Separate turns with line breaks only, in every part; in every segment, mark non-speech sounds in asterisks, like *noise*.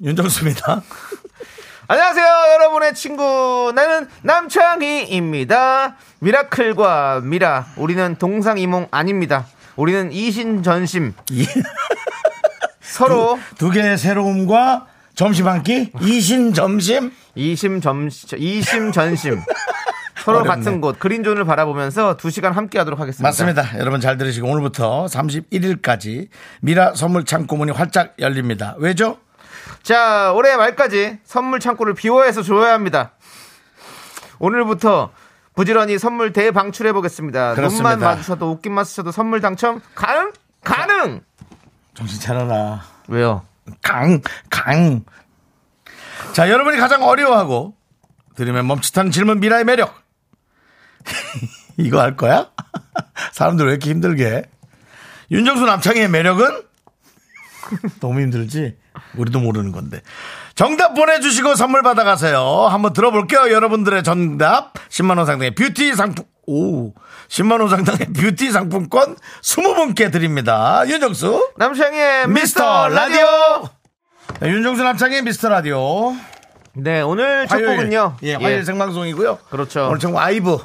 윤정수입니다.
안녕하세요, 여러분의 친구. 나는 남창희입니다. 미라클과 미라. 우리는 동상이몽 아닙니다. 우리는 이신전심. 서로
두 개의 새로움과 점심 한 끼, 이신 점심.
이심점, 이심전심. 서로
어렵네.
같은 곳, 그린존을 바라보면서 두 시간 함께 하도록 하겠습니다.
맞습니다. 여러분 잘 들으시고 오늘부터 31일까지 미라 선물 창고 문이 활짝 열립니다. 왜죠?
자, 올해 말까지 선물 창고를 비워해서 줘야 합니다. 오늘부터 부지런히 선물 대방출해 보겠습니다.
그렇습니다.
눈만 봐주셔도 웃긴만 쓰셔도 선물 당첨 가능? 가능!
정신 차려라.
왜요?
강, 강. 자, 여러분이 가장 어려워하고 들으면 멈칫하는 질문 미라의 매력. *laughs* 이거 할 거야? *laughs* 사람들 왜 이렇게 힘들게? 윤정수 남창희의 매력은? *laughs* 너무 힘들지? 우리도 모르는 건데. 정답 보내주시고 선물 받아가세요. 한번 들어볼게요. 여러분들의 정답. 10만원 상당의 뷰티 상품, 오. 10만원 상당의 뷰티 상품권 20분께 드립니다. 윤정수.
남창의
미스터 라디오. 네, 윤종수 남창의 미스터 라디오.
네, 오늘 첫 곡은요.
예, 화요일 생방송이고요.
그렇죠.
오늘 첫 곡 아이브.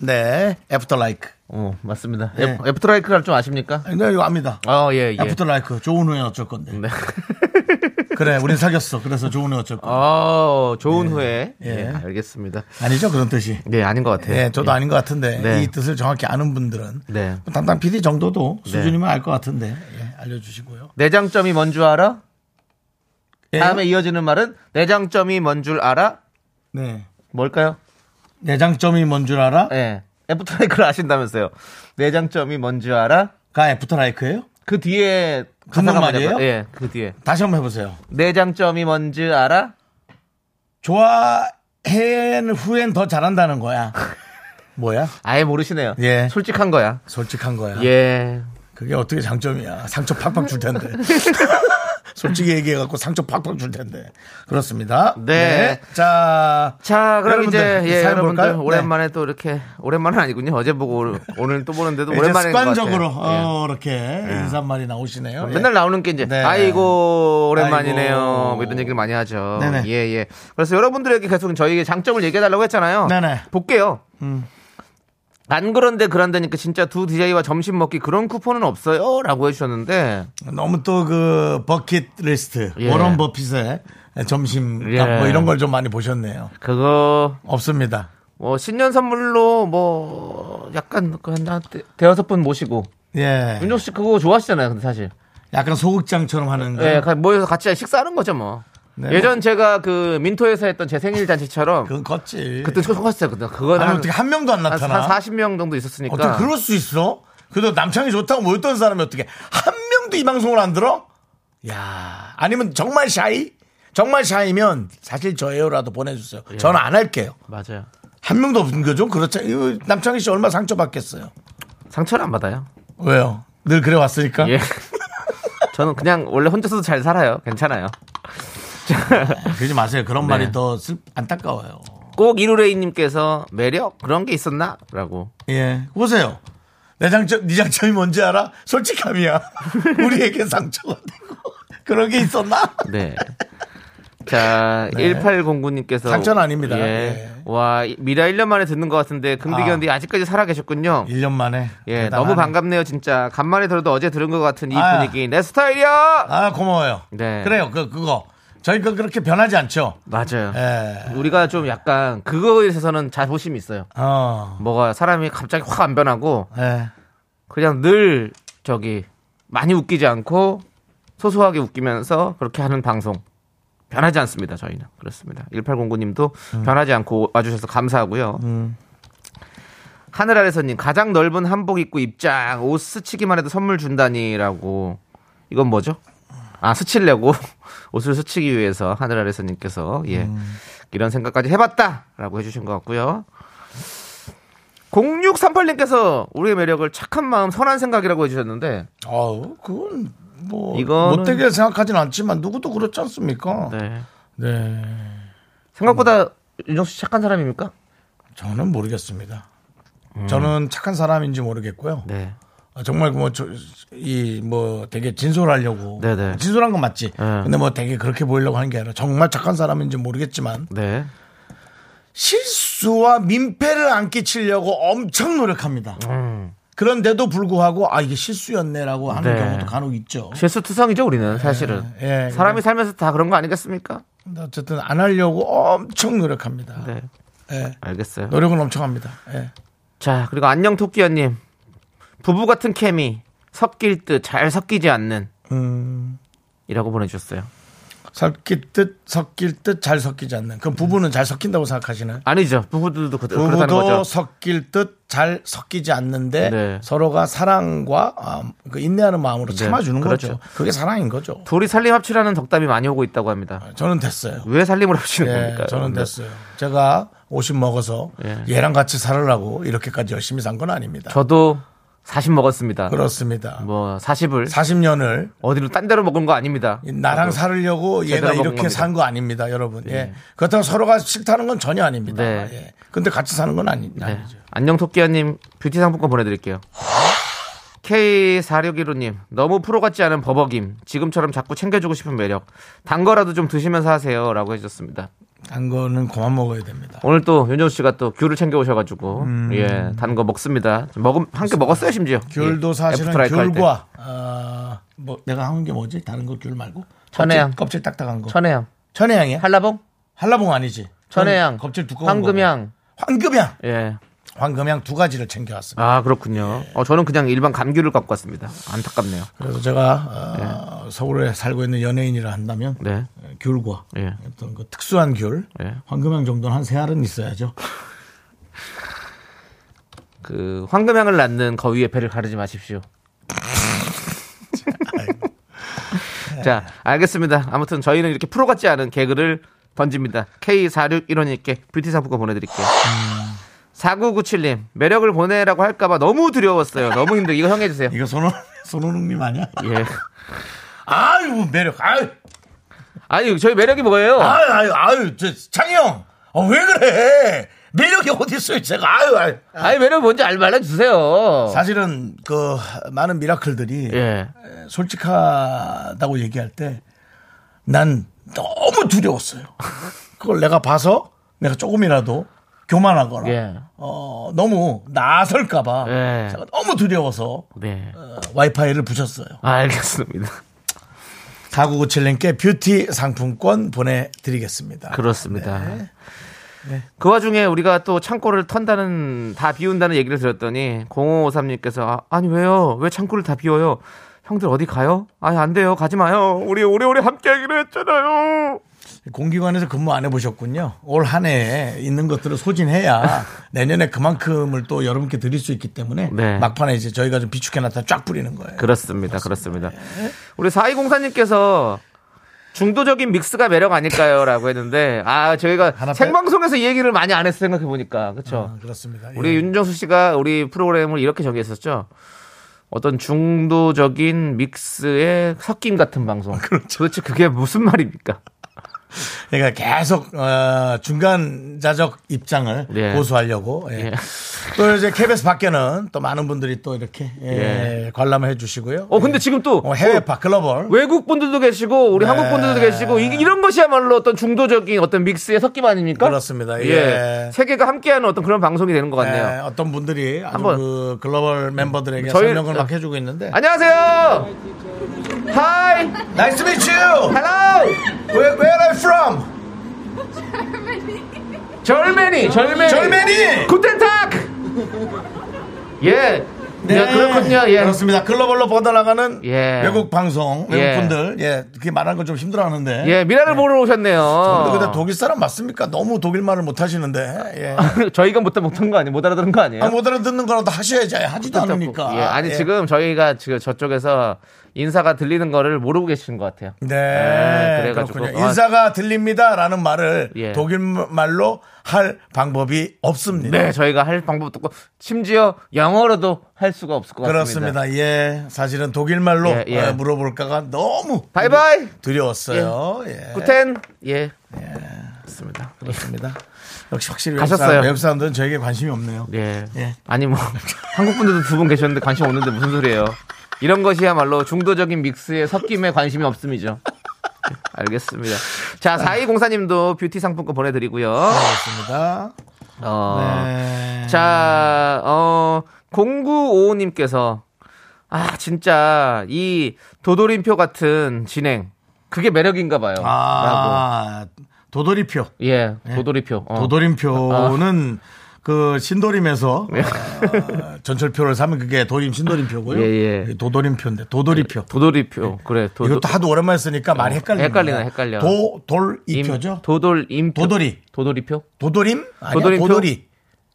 네, 애프터 라이크.
어, 맞습니다.
예.
애- 애프터라이크를 좀 아십니까?
네, 이거 압니다.
아, 예, 예.
애프터 라이크. 좋은 후에 어쩔 건데.
네. *laughs*
그래, 우린 사귀었어. 그래서 좋은 후에 어쩔 건데.
아, 좋은 후에.
예.
예, 알겠습니다.
아니죠, 그런 뜻이.
네, 아닌 것 같아요.
예, 저도 아닌 것 같은데
네.
이 뜻을 정확히 아는 분들은
네.
뭐 담당 PD 정도도 수준이면 알 것 같은데 예, 알려주시고요.
내장점이 뭔 줄 알아?
예.
다음에 이어지는 말은 내장점이 뭔 줄 알아?
네.
뭘까요?
내장점이 뭔 줄 알아?
예. 애프터라이크를 아신다면서요. 내장점이 뭔 줄 알아?
가 애프터 라이크예요?
그 뒤에
그만
가사가
말이에요?
뭐냐고요? 예, 그 뒤에.
다시 한번 해보세요.
내장점이 뭔 줄 알아?
좋아해는 후엔 더 잘한다는
*laughs*
거야. 뭐야?
아예 모르시네요.
예.
솔직한 거야.
솔직한 거야.
예.
그게 어떻게 장점이야. 상처 팍팍 줄
*laughs*
텐데. 솔직히 얘기해갖고 상처 팍팍 줄 텐데. 그렇습니다.
네.
자.
자, 그럼
여러분들,
이제 예,
사연
여러분들
볼까요? 네.
오랜만에 또 이렇게 오랜만은 아니군요. 어제 보고 오늘, 오늘 또 보는데도
네. *laughs* 이제
오랜만인 것 같아요.
습관적으로
예.
어, 이렇게 인사말이 나오시네요.
맨날 나오는 게 이제
네.
아이고 오랜만이네요.
아이고.
뭐 이런 얘기를 많이 하죠.
네네.
예, 예. 그래서 여러분들에게 계속 저희의 장점을 얘기해 달라고 했잖아요.
네네. 음.
볼게요. 안 그런데 그런다니까 진짜 두 DJ와 점심 먹기 그런 쿠폰은 없어요? 라고 해주셨는데
예. 너무 또 그 버킷 리스트.
예.
워런 버핏의 점심
예.
뭐 이런 걸 좀 많이 보셨네요.
그거
없습니다.
뭐 신년 선물로 뭐 약간 그한 대여섯 분 모시고
예.
네. 윤종 씨 그거 좋아하시잖아요. 근데 사실
약간 소극장처럼 하는 거.
예, 가- 모여서 같이 식사하는 거죠 뭐.
네,
예전 제가 그 민토에서 했던 제 생일 잔치처럼
그건 컸지.
그때 속았어요. 그때 그건
아니
한,
어떻게 한 명도 안
한,
나타나?
한 40명 정도 있었으니까.
어떻게 그럴 수 있어? 그래도 남창이 좋다고 모였던 사람이 어떻게 한 명도 이 방송을 안 들어? 야 아니면 정말 샤이? 정말 샤이면 사실 저예요라도 보내주세요. 저는 안 할게요.
맞아요.
한 명도 없는 거죠? 그렇죠. 이거 남창희 씨 얼마 나 상처받겠어요.
상처를 안 받아요.
왜요? 늘 그래 왔으니까.
예. *laughs* 저는 그냥 원래 혼자서도 잘 살아요. 괜찮아요.
*laughs*
*laughs*
그러지 마세요. 그런
네.
말이 더 슬, 안타까워요.
꼭 이루레이님께서 매력 그런 게 있었나? 라고.
예. 보세요. 내 장점, 네 장점이 뭔지 알아? 솔직함이야. *laughs* 우리에게 상처가 되고. 그런 게 *laughs* 있었나?
네. 자,
네.
1809님께서.
상처는 아닙니다.
예.
예.
와, 이- 미라 1년 만에 듣는 것 같은데, 금디견디 아. 직까지 살아 계셨군요.
1년 만에.
예,
대단하네.
너무 반갑네요, 진짜. 간만에 들어도 어제 들은 것 같은 이
아.
분위기. 내 스타일이야!
아, 고마워요.
네.
그래요. 그, 그거. 저희 그 그렇게 변하지 않죠?
맞아요.
예.
우리가 좀 약간 그거에 있어서는 자부심이 있어요.
어.
뭐가 사람이 갑자기 확 안 변하고
예.
그냥 늘 저기 많이 웃기지 않고 소소하게 웃기면서 그렇게 하는 방송 변하지 않습니다 저희는 그렇습니다 1809님도 변하지 않고 와주셔서 감사하고요 하늘 아래서님 가장 넓은 한복 입고 입장 옷 스치기만 해도 선물 준다니라고 이건 뭐죠? 아, 스치려고 *laughs* 옷을 스치기 위해서 하늘 아래서님께서 예 이런 생각까지 해봤다라고 해주신 것 같고요. 0638님께서 우리의 매력을 착한 마음, 선한 생각이라고 해주셨는데
아우, 그건 뭐
이거는-
못되게 생각하진 않지만 누구도 그렇지 않습니까? 네.
네. 생각보다 윤정수 씨 착한 사람입니까?
저는 모르겠습니다. 저는 착한 사람인지 모르겠고요.
네.
아, 정말 뭐이뭐 되게 진솔하려고
네네.
진솔한 건 맞지.
네.
근데 뭐 되게 그렇게 보이려고 하는 게 아니라 정말 착한 사람인지 모르겠지만
네.
실수와 민폐를 안 끼치려고 엄청 노력합니다. 그런데도 불구하고 아 이게 실수였네라고 하는
네.
경우도 간혹 있죠.
실수투성이죠 우리는 사실은.
예, 예.
사람이 살면서 다 그런 거 아니겠습니까?
근데 어쨌든 안 하려고 엄청 노력합니다.
네.
예.
알겠어요.
노력은 엄청 합니다. 예.
자, 그리고 안녕 토끼야님. 부부 같은 케미 섞일 듯 잘 섞이지 않는
음.
이라고 보내주셨어요.
섞일 듯 섞일 듯 잘 섞이지 않는. 그럼 부부는 잘 섞인다고 생각하시나요?
아니죠. 부부들도 그, 그렇다는
부부도
거죠.
섞일 듯 잘 섞이지 않는데
네.
서로가 사랑과 아, 그 인내하는 마음으로 참아주는
그렇죠.
거죠. 그게 사랑인 거죠.
둘이 살림 합치라는 덕담이 많이 오고 있다고 합니다.
저는 됐어요.
왜 살림을 합치는
예,
겁니까?
저는 됐어요. 제가 50 먹어서
네. 예.
얘랑 같이 살으라고 이렇게까지 열심히 산 건 아닙니다.
저도 40 먹었습니다.
그렇습니다.
뭐 40을
40년을
어디로 딴 데로 먹은 거 아닙니다.
나랑 살으려고 얘가
제대로 먹은
이렇게
겁니다.
산 거 아닙니다, 여러분. 예. 그렇다고 서로가 싫다는 건 전혀 아닙니다.
네.
예. 근데 같이 사는 건 아니,
네.
아니죠.
안녕 토끼야님 뷰티 상품권 보내드릴게요. K4615님 너무 프로 같지 않은 버벅임 지금처럼 자꾸 챙겨주고 싶은 매력 단 거라도 좀 드시면서 하세요 라고 해주셨습니다
단 거는 그만 먹어야 됩니다.
오늘 또 윤정수 씨가 또 귤을 챙겨오셔가지고
음.
예 단 거 먹습니다 먹음 함께 먹었어요 심지어
귤도
예,
사실은
애프터라이크 할때
귤과 아, 뭐 내가 한 게 뭐지? 다른 거 귤 말고
천혜향.
껍질, 껍질 딱딱한 거.
천혜향
천혜향이야?
한라봉
한라봉 아니지?
천혜향
전- 껍질 두꺼운
황금향
거. 황금향.
예아
황금향 두 가지를 챙겨왔습니다.
그렇군요 어 저는 그냥 일반 감귤을 갖고 왔습니다 안타깝네요
그래서 제가 어, 서울에 살고 있는 연예인이라 한다면
네
어, 귤과
예.
어떤 그 특수한 귤,
예.
황금향 정도는 한 세 알은 있어야죠.
그 황금향을 낳는 거위의 배를 가르지 마십시오. *laughs* 자, 알겠습니다. 아무튼 저희는 이렇게 프로 같지 않은 개그를 던집니다. K4615님께 뷰티 상품권 보내드릴게요. 4997님, 매력을 보내라고 할까봐 너무 두려웠어요. 너무 힘들어. 이거 형 해주세요.
이거 손호 *laughs* 손호농님 아니야?
예.
아유 매력, 아유
아니, 저희 매력이 뭐예요?
아유 아유 아유 저 창희 형, 어, 왜 그래? 매력이 어디 있어요? 제가 아유 아유.
아니, 매력 뭔지 알, 말해주세요.
사실은 그 많은 미라클들이
예.
솔직하다고 얘기할 때 난 너무 두려웠어요. 그걸 내가 봐서 내가 조금이라도 교만하거나
예.
어, 너무 나설까봐
예.
제가 너무 두려워서
네.
어, 와이파이를 부셨어요.
알겠습니다.
4997님께 뷰티 상품권 보내드리겠습니다.
*laughs* 그렇습니다. 그 와중에 우리가 또 창고를 턴다는 다 비운다는 얘기를 들었더니 0553님께서 아, 니 왜요? 왜 창고를 다 비워요? 형들 어디 가요? 아니 안 돼요. 가지 마요. 우리 오래오래 함께하기로 했잖아요.
공기관에서 근무 안 해보셨군요. 올 한 해에 있는 것들을
*laughs*
소진해야 내년에 그만큼을 또 여러분께 드릴 수 있기 때문에
네.
막판에 이제 저희가 좀 비축해놨다 쫙 뿌리는 거예요.
그렇습니다. 네. 그렇습니다. 네. 우리 4204님께서 중도적인 믹스가 매력 아닐까요라고 했는데 아
하나 빼-
저희가 생방송에서 이 얘기를 많이 안 해서 생각해 보니까 그렇죠.
아, 그렇습니다.
우리
예.
윤정수 씨가 우리 프로그램을 이렇게 정했었죠. 어떤 중도적인 믹스의 섞임 같은 방송.
아, 그렇죠.
도대체 그게 무슨 말입니까?
그러니까 계속 어, 중간자적 입장을
예.
고수하려고 예.
예.
또 이제 KBS 밖에는 또 많은 분들이 또 이렇게 예, 관람해 주시고요.
어, 근데 지금 또
어, 해외
어,
밖 글로벌
외국 분들도 계시고 우리
네.
한국 분들도 계시고 이, 런 것이야말로 어떤 중도적인 어떤 믹스의 섞임 아닙니까?
그렇습니다.
예.
예.
세계가 함께하는 어떤 그런 방송이 되는 것 같네요.
예, 어떤 분들이 아주
한번. 음.
그 글로벌 멤버들에게
저희- 아.
설명을 막 해주고 있는데
안녕하세요. Hi.
Nice to meet you.
Hello.
Where, where are you from?
절매니. 절매니.
절매니.
굿텐탁. 예. 네. 그렇군요. 예.
그렇습니다. 글로벌로 뻗어나가는
예.
외국 방송 외국
예.
분들 예 그게 말하는 걸 좀 힘들어하는데.
예, 어. 미라를 보러 오셨네요. *laughs*
근데 독일 사람 맞습니까? 너무 독일 말을 못 하시는데. 예.
저희가 못, 못한 거 아니에요? 못 알아들은 거 아니에요?
아, 못 알아듣는 거라도 하셔야지. 아니, 하지도 않으니까.
예, 아니
예.
지금 저희가 지금 저쪽에서 인사가 들리는 거를 모르고 계시는 것 같아요.
네.
네, 그래가지고.
그렇군요. 인사가 들립니다라는 말을
예.
독일 말로 할 방법이 없습니다.
네, 저희가 할 방법도 없고 심지어 영어로도 할 수가 없을 것 같습니다.
그렇습니다. 예. 사실은 독일 말로
예, 예.
어, 물어볼까가 너무 네.
바이바이.
두려웠어요. 예.
구텐. 예. 그렇습니다.
그렇습니다. 역시 확실히
가셨어요.
외국, 사람, 들은 저에게 관심이 없네요.
예.
예.
아니 뭐 *laughs* 한국 분들도 두 분 계셨는데 관심 없는데 무슨 소리예요? 이런 것이야말로 중도적인 믹스의 섞임에 관심이 없음이죠. 예, 알겠습니다. 자,
아.
4204님도 뷰티 상품권 보내드리고요.
그렇습니다.
어,
네.
자, 어, 0955님께서 아, 진짜 이 도돌림표 같은 진행 그게 매력인가 봐요.
아, 도돌이표.
라고. 예, 도돌이표. 어. 아.
도돌림표는 그
*laughs*
신도림에서
예.
어, 전철표를 사면 그게 도림 신도림표고요. 그
예, 예.
도돌림표인데 도돌이표.
도돌이표. 그래. 도,
예, 이것도 하도 오랜만에 쓰니까 말이 헷갈리네.
헷갈리네, 헷갈려. 임-
도돌이표죠.
도돌 임표.
도돌이.
도돌이표?
도돌임? 아니야,
도돌임표? 아.
도돌이.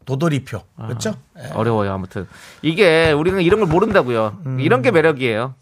도돌이표. 그렇죠? 예.
어려워요, 아무튼. 이게 우리는 이런 걸 모른다고요.
음.
이런 게 매력이에요.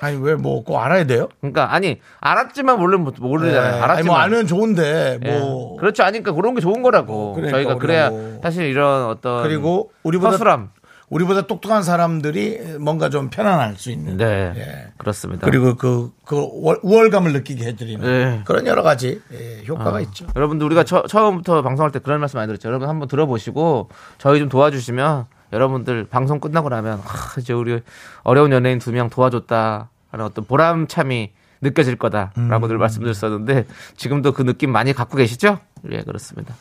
아니 왜 뭐 꼭 알아야 돼요?
그러니까 아니 알았지만 원래 못- 모르잖아요.
예.
네, 알았지만.
아니 뭐 알면 좋은데
예.
뭐
그렇죠. 아니까 그런 게 좋은 거라고.
그러니까
저희가
우리가
그래야
뭐-
사실 이런 어떤
그리고 우리보다
허술함.
우리보다 똑똑한 사람들이 뭔가 좀 편안할 수 있는.
네.
예.
그렇습니다.
그리고 그, 그 월- 우월감을 느끼게 해드리는
예.
그런 여러 가지 예, 효과가
어.
있죠.
여러분들 우리가 처, 처음부터 방송할 때 그런 말씀 많이 드렸죠. 여러분 한번 들어보시고 저희 좀 도와주시면 여러분들 방송 끝나고 나면 아, 이제 우리 어려운 연예인 두 명 도와줬다 하는 어떤 보람참이 느껴질 거다라고
음.
늘 말씀드렸었는데 지금도 그 느낌 많이 갖고 계시죠? 예 그렇습니다.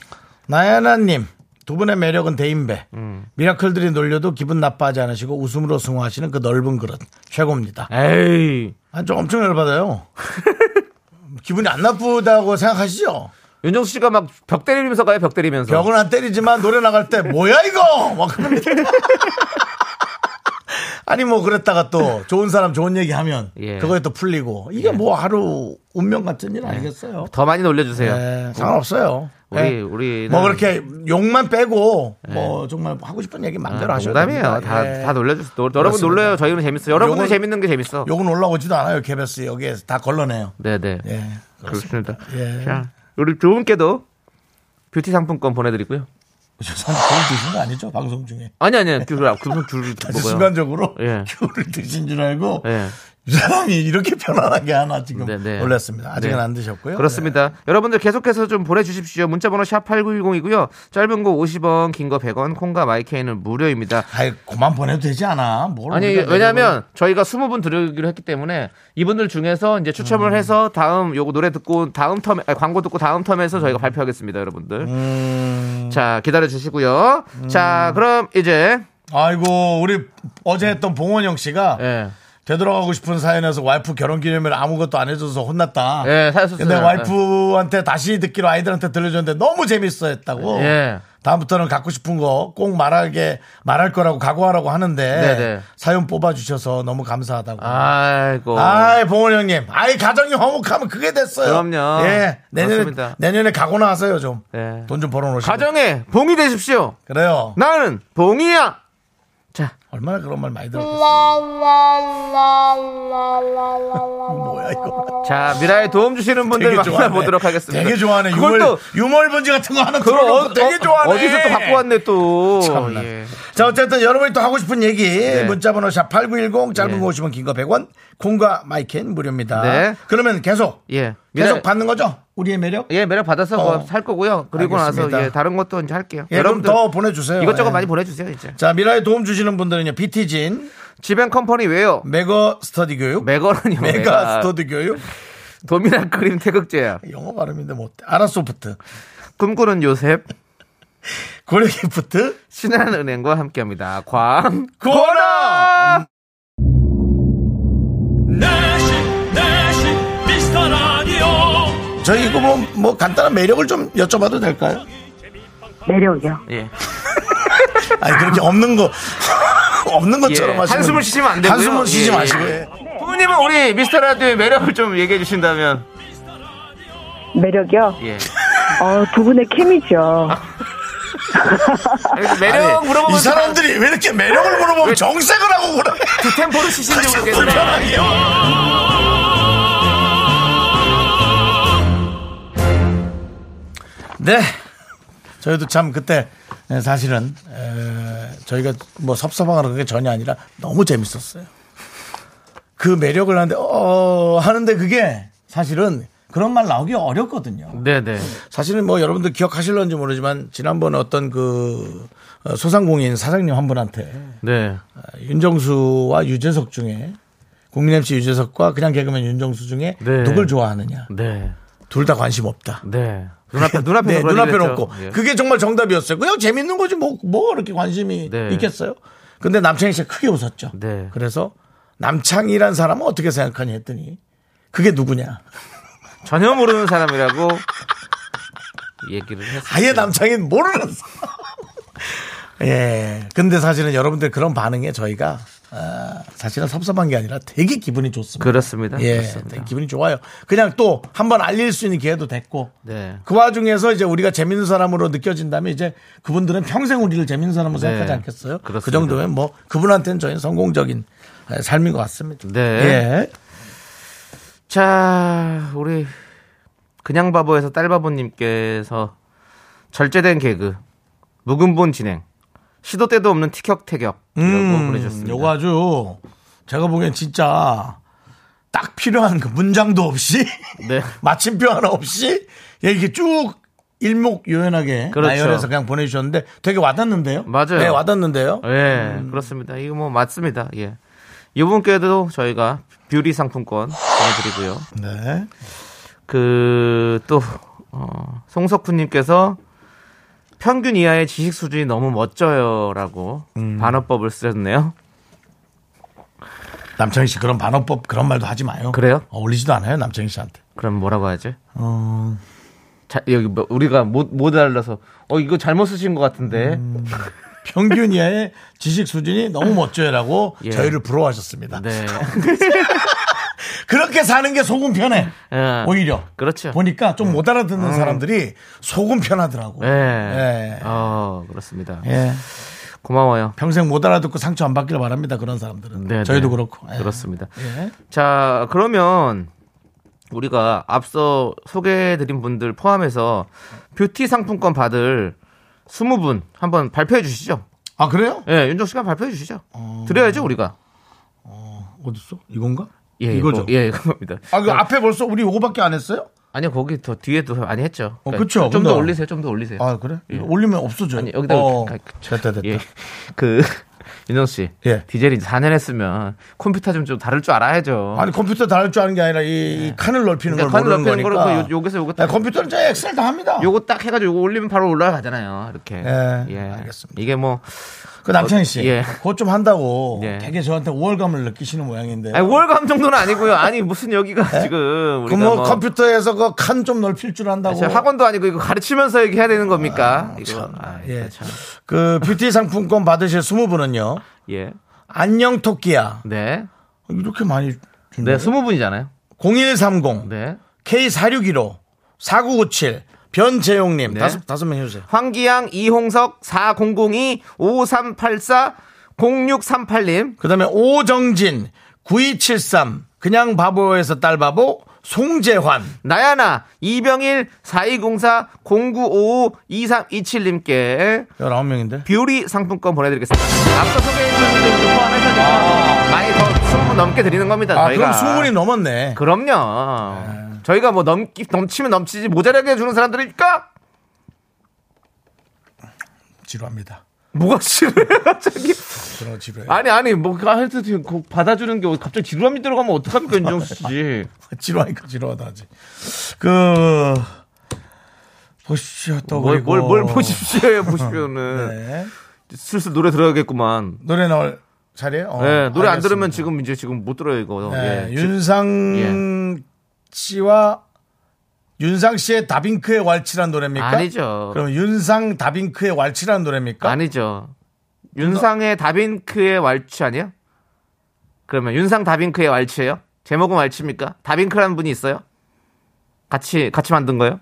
나야나님 두 분의 매력은 대인배.
음.
미라클들이 놀려도 기분 나빠하지 않으시고 웃음으로 승화하시는 그 넓은 그릇 최고입니다.
에이
아, 좀 엄청 열받아요.
*laughs*
기분이 안 나쁘다고 생각하시죠?
윤정수 씨가 막 벽 때리면서 가요 벽 때리면서
벽은 안 때리지만 노래 나갈 때 뭐야 이거 막
*laughs*
그럽니다. 아니 뭐 그랬다가 또 좋은 사람 좋은 얘기하면
예.
그거에 또 풀리고 이게 뭐 하루 운명 같은 일 아니겠어요?
더 많이 놀려주세요.
예, 상관없어요.
우리
예.
우리
뭐 그렇게 욕만 빼고 뭐 정말 하고 싶은 얘기 마음대로 하셔도
아, 농담이에요.
됩니다.
다
예.
다 놀려주세요. 노- 여러분
그렇습니다.
놀려요. 저희는 재밌어요. 여러분들
요건-
재밌는 게 재밌어.
욕은 올라오지도 않아요. KBS 여기에 다 걸러내요.
네네.
예.
그렇습니다.
예.
자, 우리 두 분께도 뷰티 상품권 보내드리고요.
죄송한데 귤 드신 거 아니죠? 방송 중에.
아니 아니, 그거 그분 *laughs* 줄
다시
먹어요.
순간적으로 *laughs*
예.
귤을 드신 줄 알고
예.
이 사람이 이렇게 편안하게 하나 지금
네, 네.
놀랐습니다. 아직은
네.
안 드셨고요.
그렇습니다. 여러분들 계속해서 좀 보내주십시오. 문자번호 샵 #8910이고요. 짧은 거 50원, 긴 거 100원, 콩과 마이케이는 무료입니다.
네. 아이, 그만 보내도 되지 않아. 뭘
아니
우리가
왜냐하면 저희가 20분 드리기로 했기 때문에 이분들 중에서 이제 추첨을 해서 다음 요거 노래 듣고 다음 텀 아니, 광고 듣고 다음 음. 텀에서 저희가 발표하겠습니다, 여러분들. 자 기다려 주시고요. 자 그럼 이제
내가- 아이고, 우리 어제 했던 봉원영 씨가
예.
되돌아가고 싶은 사연에서 와이프 결혼 기념일 아무것도 안 해줘서 혼났다.
예, 사연
근데
썼어요.
와이프한테 다시 듣기로 아이들한테 들려줬는데 너무 재밌어 했다고.
예.
다음부터는 갖고 싶은 거 꼭 말하게 말할 거라고 각오하라고 하는데
네네.
사연 뽑아주셔서 너무 감사하다고.
아이고.
아이 봉원 형님, 아이 가정이 화목하면 그게 됐어요.
그럼요.
예, 내년에
맞습니다.
내년에 가고 나서요 좀.
예.
돈 좀 벌어놓으시고.
가정에 봉이 되십시오.
그래요.
나는 봉이야. 자,
얼마나 그런 말 많이 들었어. 뭐야 이거.
자 미라에 도움 주시는 분들
되게 좋아하네.
만나보도록 하겠습니다.
되게 좋아하네.
그걸
유물
또
유물 번지 같은 거 하나
그걸
들어놓고
어,
되게 좋아하네.
디서또 갖고 왔네 또.
참나.
예. 네.
자, 어쨌든 여러분이 또 하고 싶은 얘기 문자번호 샵 8910 짧은 거 50원 긴 거 100원 콩과 마이켄 무료입니다.
예. 네.
그러면 계속
예.
계속
미라에-
받는 거죠? 우리의 매력?
예, 매력 받아서
어.
뭐살 거고요. 그리고
알겠습니다.
나서 예, 다른 것도 이제 할게요.
예, 그럼 더 보내주세요.
이것저것
예.
많이 보내주세요, 이제.
자, 미라에 도움 주시는 분들은요. 비티진,
지벤 컴퍼니 왜요?
메거 스터디 교육,
네. 메가라니요.
메가 스터디 교육,
도미나 크림 태극제약.
영어 발음인데 못. 아라소프트,
꿈꾸는 요셉.
고려기프트,
신한은행과 함께합니다. 광.
고나!
내시 내시 미스터 라디오
저희 이거 뭐, 뭐 간단한 매력을 좀 여쭤봐도 될까요?
매력이요.
예.
아니 그렇게 없는 거 *laughs* 없는 것처럼
예,
하시면
한숨을 쉬시면 안 되고요.
한숨은 쉬지
예, 예.
마시고 요
부모님은 우리 미스터 라디오의 매력을 좀 얘기해 주신다면.
매력이요.
예.
어, 두 분의 케미죠.
아니, 그 매력
이
물어보면
사람들이 왜 이렇게 매력을 물어보면 정색을 하고 그래?
*laughs* 두 템포를 치신지
아,
모르겠네.
불편하게요. 네. 저희도 참 그때 에, 사실은 에, 저희가 뭐 섭섭하거나 그런 게 전혀 아니라 너무 재밌었어요. 그 매력을 하는데 어 하는데 그게 사실은 그런 말 나오기 어렵거든요.
네네.
사실은 뭐 여러분들 기억하실런지 모르지만 지난번에 어떤 그 어, 소상공인 사장님 한 분한테
네.
윤정수와 유재석 중에 국민 MC 유재석과 그냥 개그맨 윤정수 중에
네.
누굴 좋아하느냐
네.
둘 다 관심 없다
네.
*laughs*
눈앞에 눈앞에
네,
그런
눈앞에
일이
놓고
있죠. 예.
그게 정말 정답이었어요 그냥 재밌는 거지 뭐, 뭐 그렇게 관심이
네.
있겠어요 근데 남창희 씨가 크게 웃었죠
네.
그래서 남창희란 사람은 어떻게 생각하냐 했더니 그게 누구냐
전혀 모르는 사람이라고 얘기를 했어요.
아예 남창인 모르는 사람. *laughs* 예. 근데 사실은 여러분들 그런 반응에 저희가 아, 사실은 섭섭한 게 아니라 되게 기분이 좋습니다.
그렇습니다.
예,
그렇습니다.
되게 기분이 좋아요. 그냥 또 한번 알릴 수 있는 기회도 됐고
네.
그 와중에서 이제 우리가 재밌는 사람으로 느껴진다면 이제 그분들은 평생 우리를 재밌는 사람으로 생각하지 않겠어요?
네, 그렇습니다.
그 정도면 뭐 그분한테는 저희는 성공적인 예, 삶인 것 같습니다.
네.
예.
자, 우리 그냥 바보에서 딸 바보님께서 절제된 개그, 묵은본 진행, 시도 때도 없는 티격태격 이라고 보내주셨습니다.
음, 요거 아주 제가 보기엔 진짜 딱 필요한 그 문장도 없이 *laughs*
네.
마침표 하나 없이 예, 이렇게 쭉 일목요연하게
그렇죠.
나열해서 그냥 보내주셨는데 되게 와닿는데요.
맞아요.
네, 와닿는데요.
예,
음.
그렇습니다. 이거 뭐 맞습니다. 예. 이분께도 저희가 뷰리 상품권 보내드리고요.
네.
그, 또, 어, 송석훈님께서 평균 이하의 지식 수준이 너무 멋져요. 라고
음.
반어법을 쓰셨네요.
남창희 씨 그런 반어법 그런 말도 하지 마요.
그래요?
어울리지도 않아요 남창희 씨한테.
그럼 뭐라고 하지?
어.
자, 여기 뭐, 우리가 못, 못 알아서, 어, 이거 잘못 쓰신 것 같은데.
음. 평균 이하의 *laughs* 지식 수준이 너무 멋져요라고
예.
저희를 부러워하셨습니다.
네.
*laughs* 그렇게 사는 게 속은 편해.
예.
오히려
그렇죠. 음.
보니까 좀 못 알아듣는 사람들이 속은 편하더라고.
예.
예.
어, 그렇습니다.
예.
고마워요.
평생 못 알아듣고 상처 안 받길 바랍니다. 그런 사람들은.
네,
저희도
네.
그렇고. 예.
그렇습니다.
예.
자, 그러면 우리가 앞서 소개해드린 분들 포함해서 뷰티 상품권 받을 20분 한번 발표해 주시죠.
아 그래요?
예, 윤정 씨가 발표해 주시죠.
어.
드려야죠, 우리가.
어딨어? 이건가?
예,
이거죠.
뭐, 예, 그겁니다.
아, 그 앞에 벌써 우리 요거밖에 안 했어요?
아니요, 거기 더 뒤에도 많이 했죠. 그러니까
어, 그쵸,
좀더
근데.
올리세요, 좀 더 올리세요.
아, 그래? 올리면 없어져.
예. 아니, 여기다
어,
이렇게 가-
됐다, 됐다.
예. *laughs* 그, 윤정 씨.
예.
디젤이 이제 4년 했으면 컴퓨터 좀, 좀 다룰 줄 알아야죠.
아니, 컴퓨터 다룰 줄 아는 게 아니라 이, 이 칸을 넓히는
그러니까
걸
칸을
모르는
넓히는
거니까.
거를 그 요- 여기서 요거 딱-
네, 컴퓨터는 저 엑셀 다 합니다.
요거 딱 해가지고 요거 올리면 바로 올라가잖아요. 이렇게.
예, 알겠습니다.
이게 뭐,
그 남창희 씨.
예.
그것 좀 한다고
예.
되게 저한테 우월감을 느끼시는 모양인데.
아니, 월감 정도는 아니고요. 아니, 무슨 여기가 지금. 우리가
그뭐
뭐
예? 컴퓨터에서 뭐. 그 칸 좀 넓힐 줄 안다고.
저 학원도 아니고 이거 가르치면서 얘기 해야 되는 겁니까? 이거. 아,
예.
참.
그 뷰티 상품권 받으실 20분은요.
예.
안녕 토끼야.
네.
이렇게 많이 준대
네, 스무 분이잖아요.
0130.
네.
K4615 4997 변재용님
네.
다섯 다섯 명 해주세요.
황기양, 이홍석, 4002, 5384, 0638님.
그다음에 오정진 9273 그냥 바보에서 딸 바보 송재환
나야나, 이병일, 4204, 0955, 2327님께
19명인데
뷰리 상품권 보내드리겠습니다. 앞서 소개해주신 분들 포함해서 지금 많이 더 20분 넘게 드리는 겁니다.
아
저희가. 그
그럼 20분이 넘었네.
그럼요. 저희가 뭐 넘기, 넘치면 넘치지 모자라게 해주는 사람들이니까
지루합니다.
뭐가 싫어요, *laughs* 갑자기.
그런 지루해.
아니, 아니, 뭐, 하여튼 지금 그거 받아주는 게 갑자기 지루함이 들어가면 어떡합니까, 윤정수 씨.
*laughs* 지루하니까 지루하다 하지. 그 보십시오 또
*laughs* 뭘,
그리고
뭘, 뭘 보십시오, *laughs* 보십시오는.
네.
슬슬 노래 들어야겠구만.
노래 나올 차례. 어,
예, 노래 안 들으면
알겠습니다.
지금 이제 지금 못 들어요, 이거.
네,
예.
윤상 씨와 윤상 씨의 다빈크의 왈츠란 노래입니까?
아니죠.
그럼 윤상 다빈크의 왈츠란 노래입니까?
아니죠. 윤상의 다빈크의 왈츠 아니에요? 그러면 윤상 다빈크의 왈츠예요? 제목은 왈츠입니까? 다빈크라는 분이 있어요? 같이 같이 만든 거예요?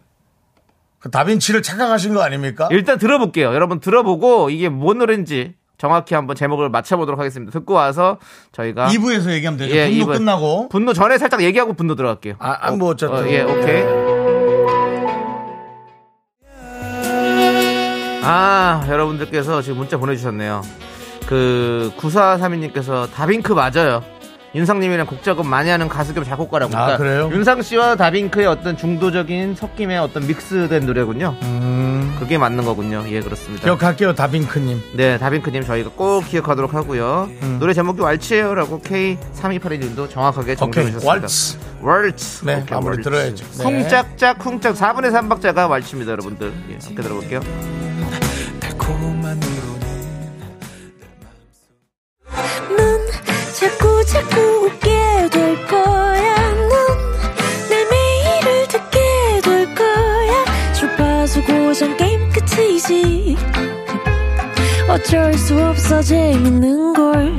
그 다빈치를 착각하신 거 아닙니까?
일단 들어볼게요. 여러분 들어보고 이게 뭔 노래인지 정확히 한번 제목을 맞춰보도록 하겠습니다. 듣고 와서 저희가
2부에서 얘기하면 되죠. 분노
예, 이분.
끝나고.
분노 전에 살짝 얘기하고 분노 들어갈게요.
아, 아, 뭐 어쨌든.
어, 예, 오케이. 아, 여러분들께서 지금 문자 보내주셨네요. 그, 9432님께서 다빈크 맞아요. 윤상님이랑 곡 작업 많이 하는 가수겸 작곡가라고.
아, 그래요?
윤상 씨와 다빈크의 어떤 중도적인 섞임의 어떤 믹스된 노래군요.
음.
그게 맞는 거군요. 예, 그렇습니다.
기억할게요, 다빈크님.
네, 다빈크님 저희가 꼭 기억하도록 하고요.
음.
노래 제목이 왈츠예요라고 K3281님도 정확하게
오케이,
정정해주셨습니다.
왈츠.
월츠.
네, 마무리 들어야죠. 네.
쿵짝짝 쿵짝 4분의 3박자가 왈츠입니다, 여러분들. 예, 함께 들어볼게요.
넌 자꾸 자꾸 웃게 될 거야. 넌내 매일을 듣게 될 거야. 주파수 고정 게임 끝이지. 어쩔 수 없어 재밌는 걸.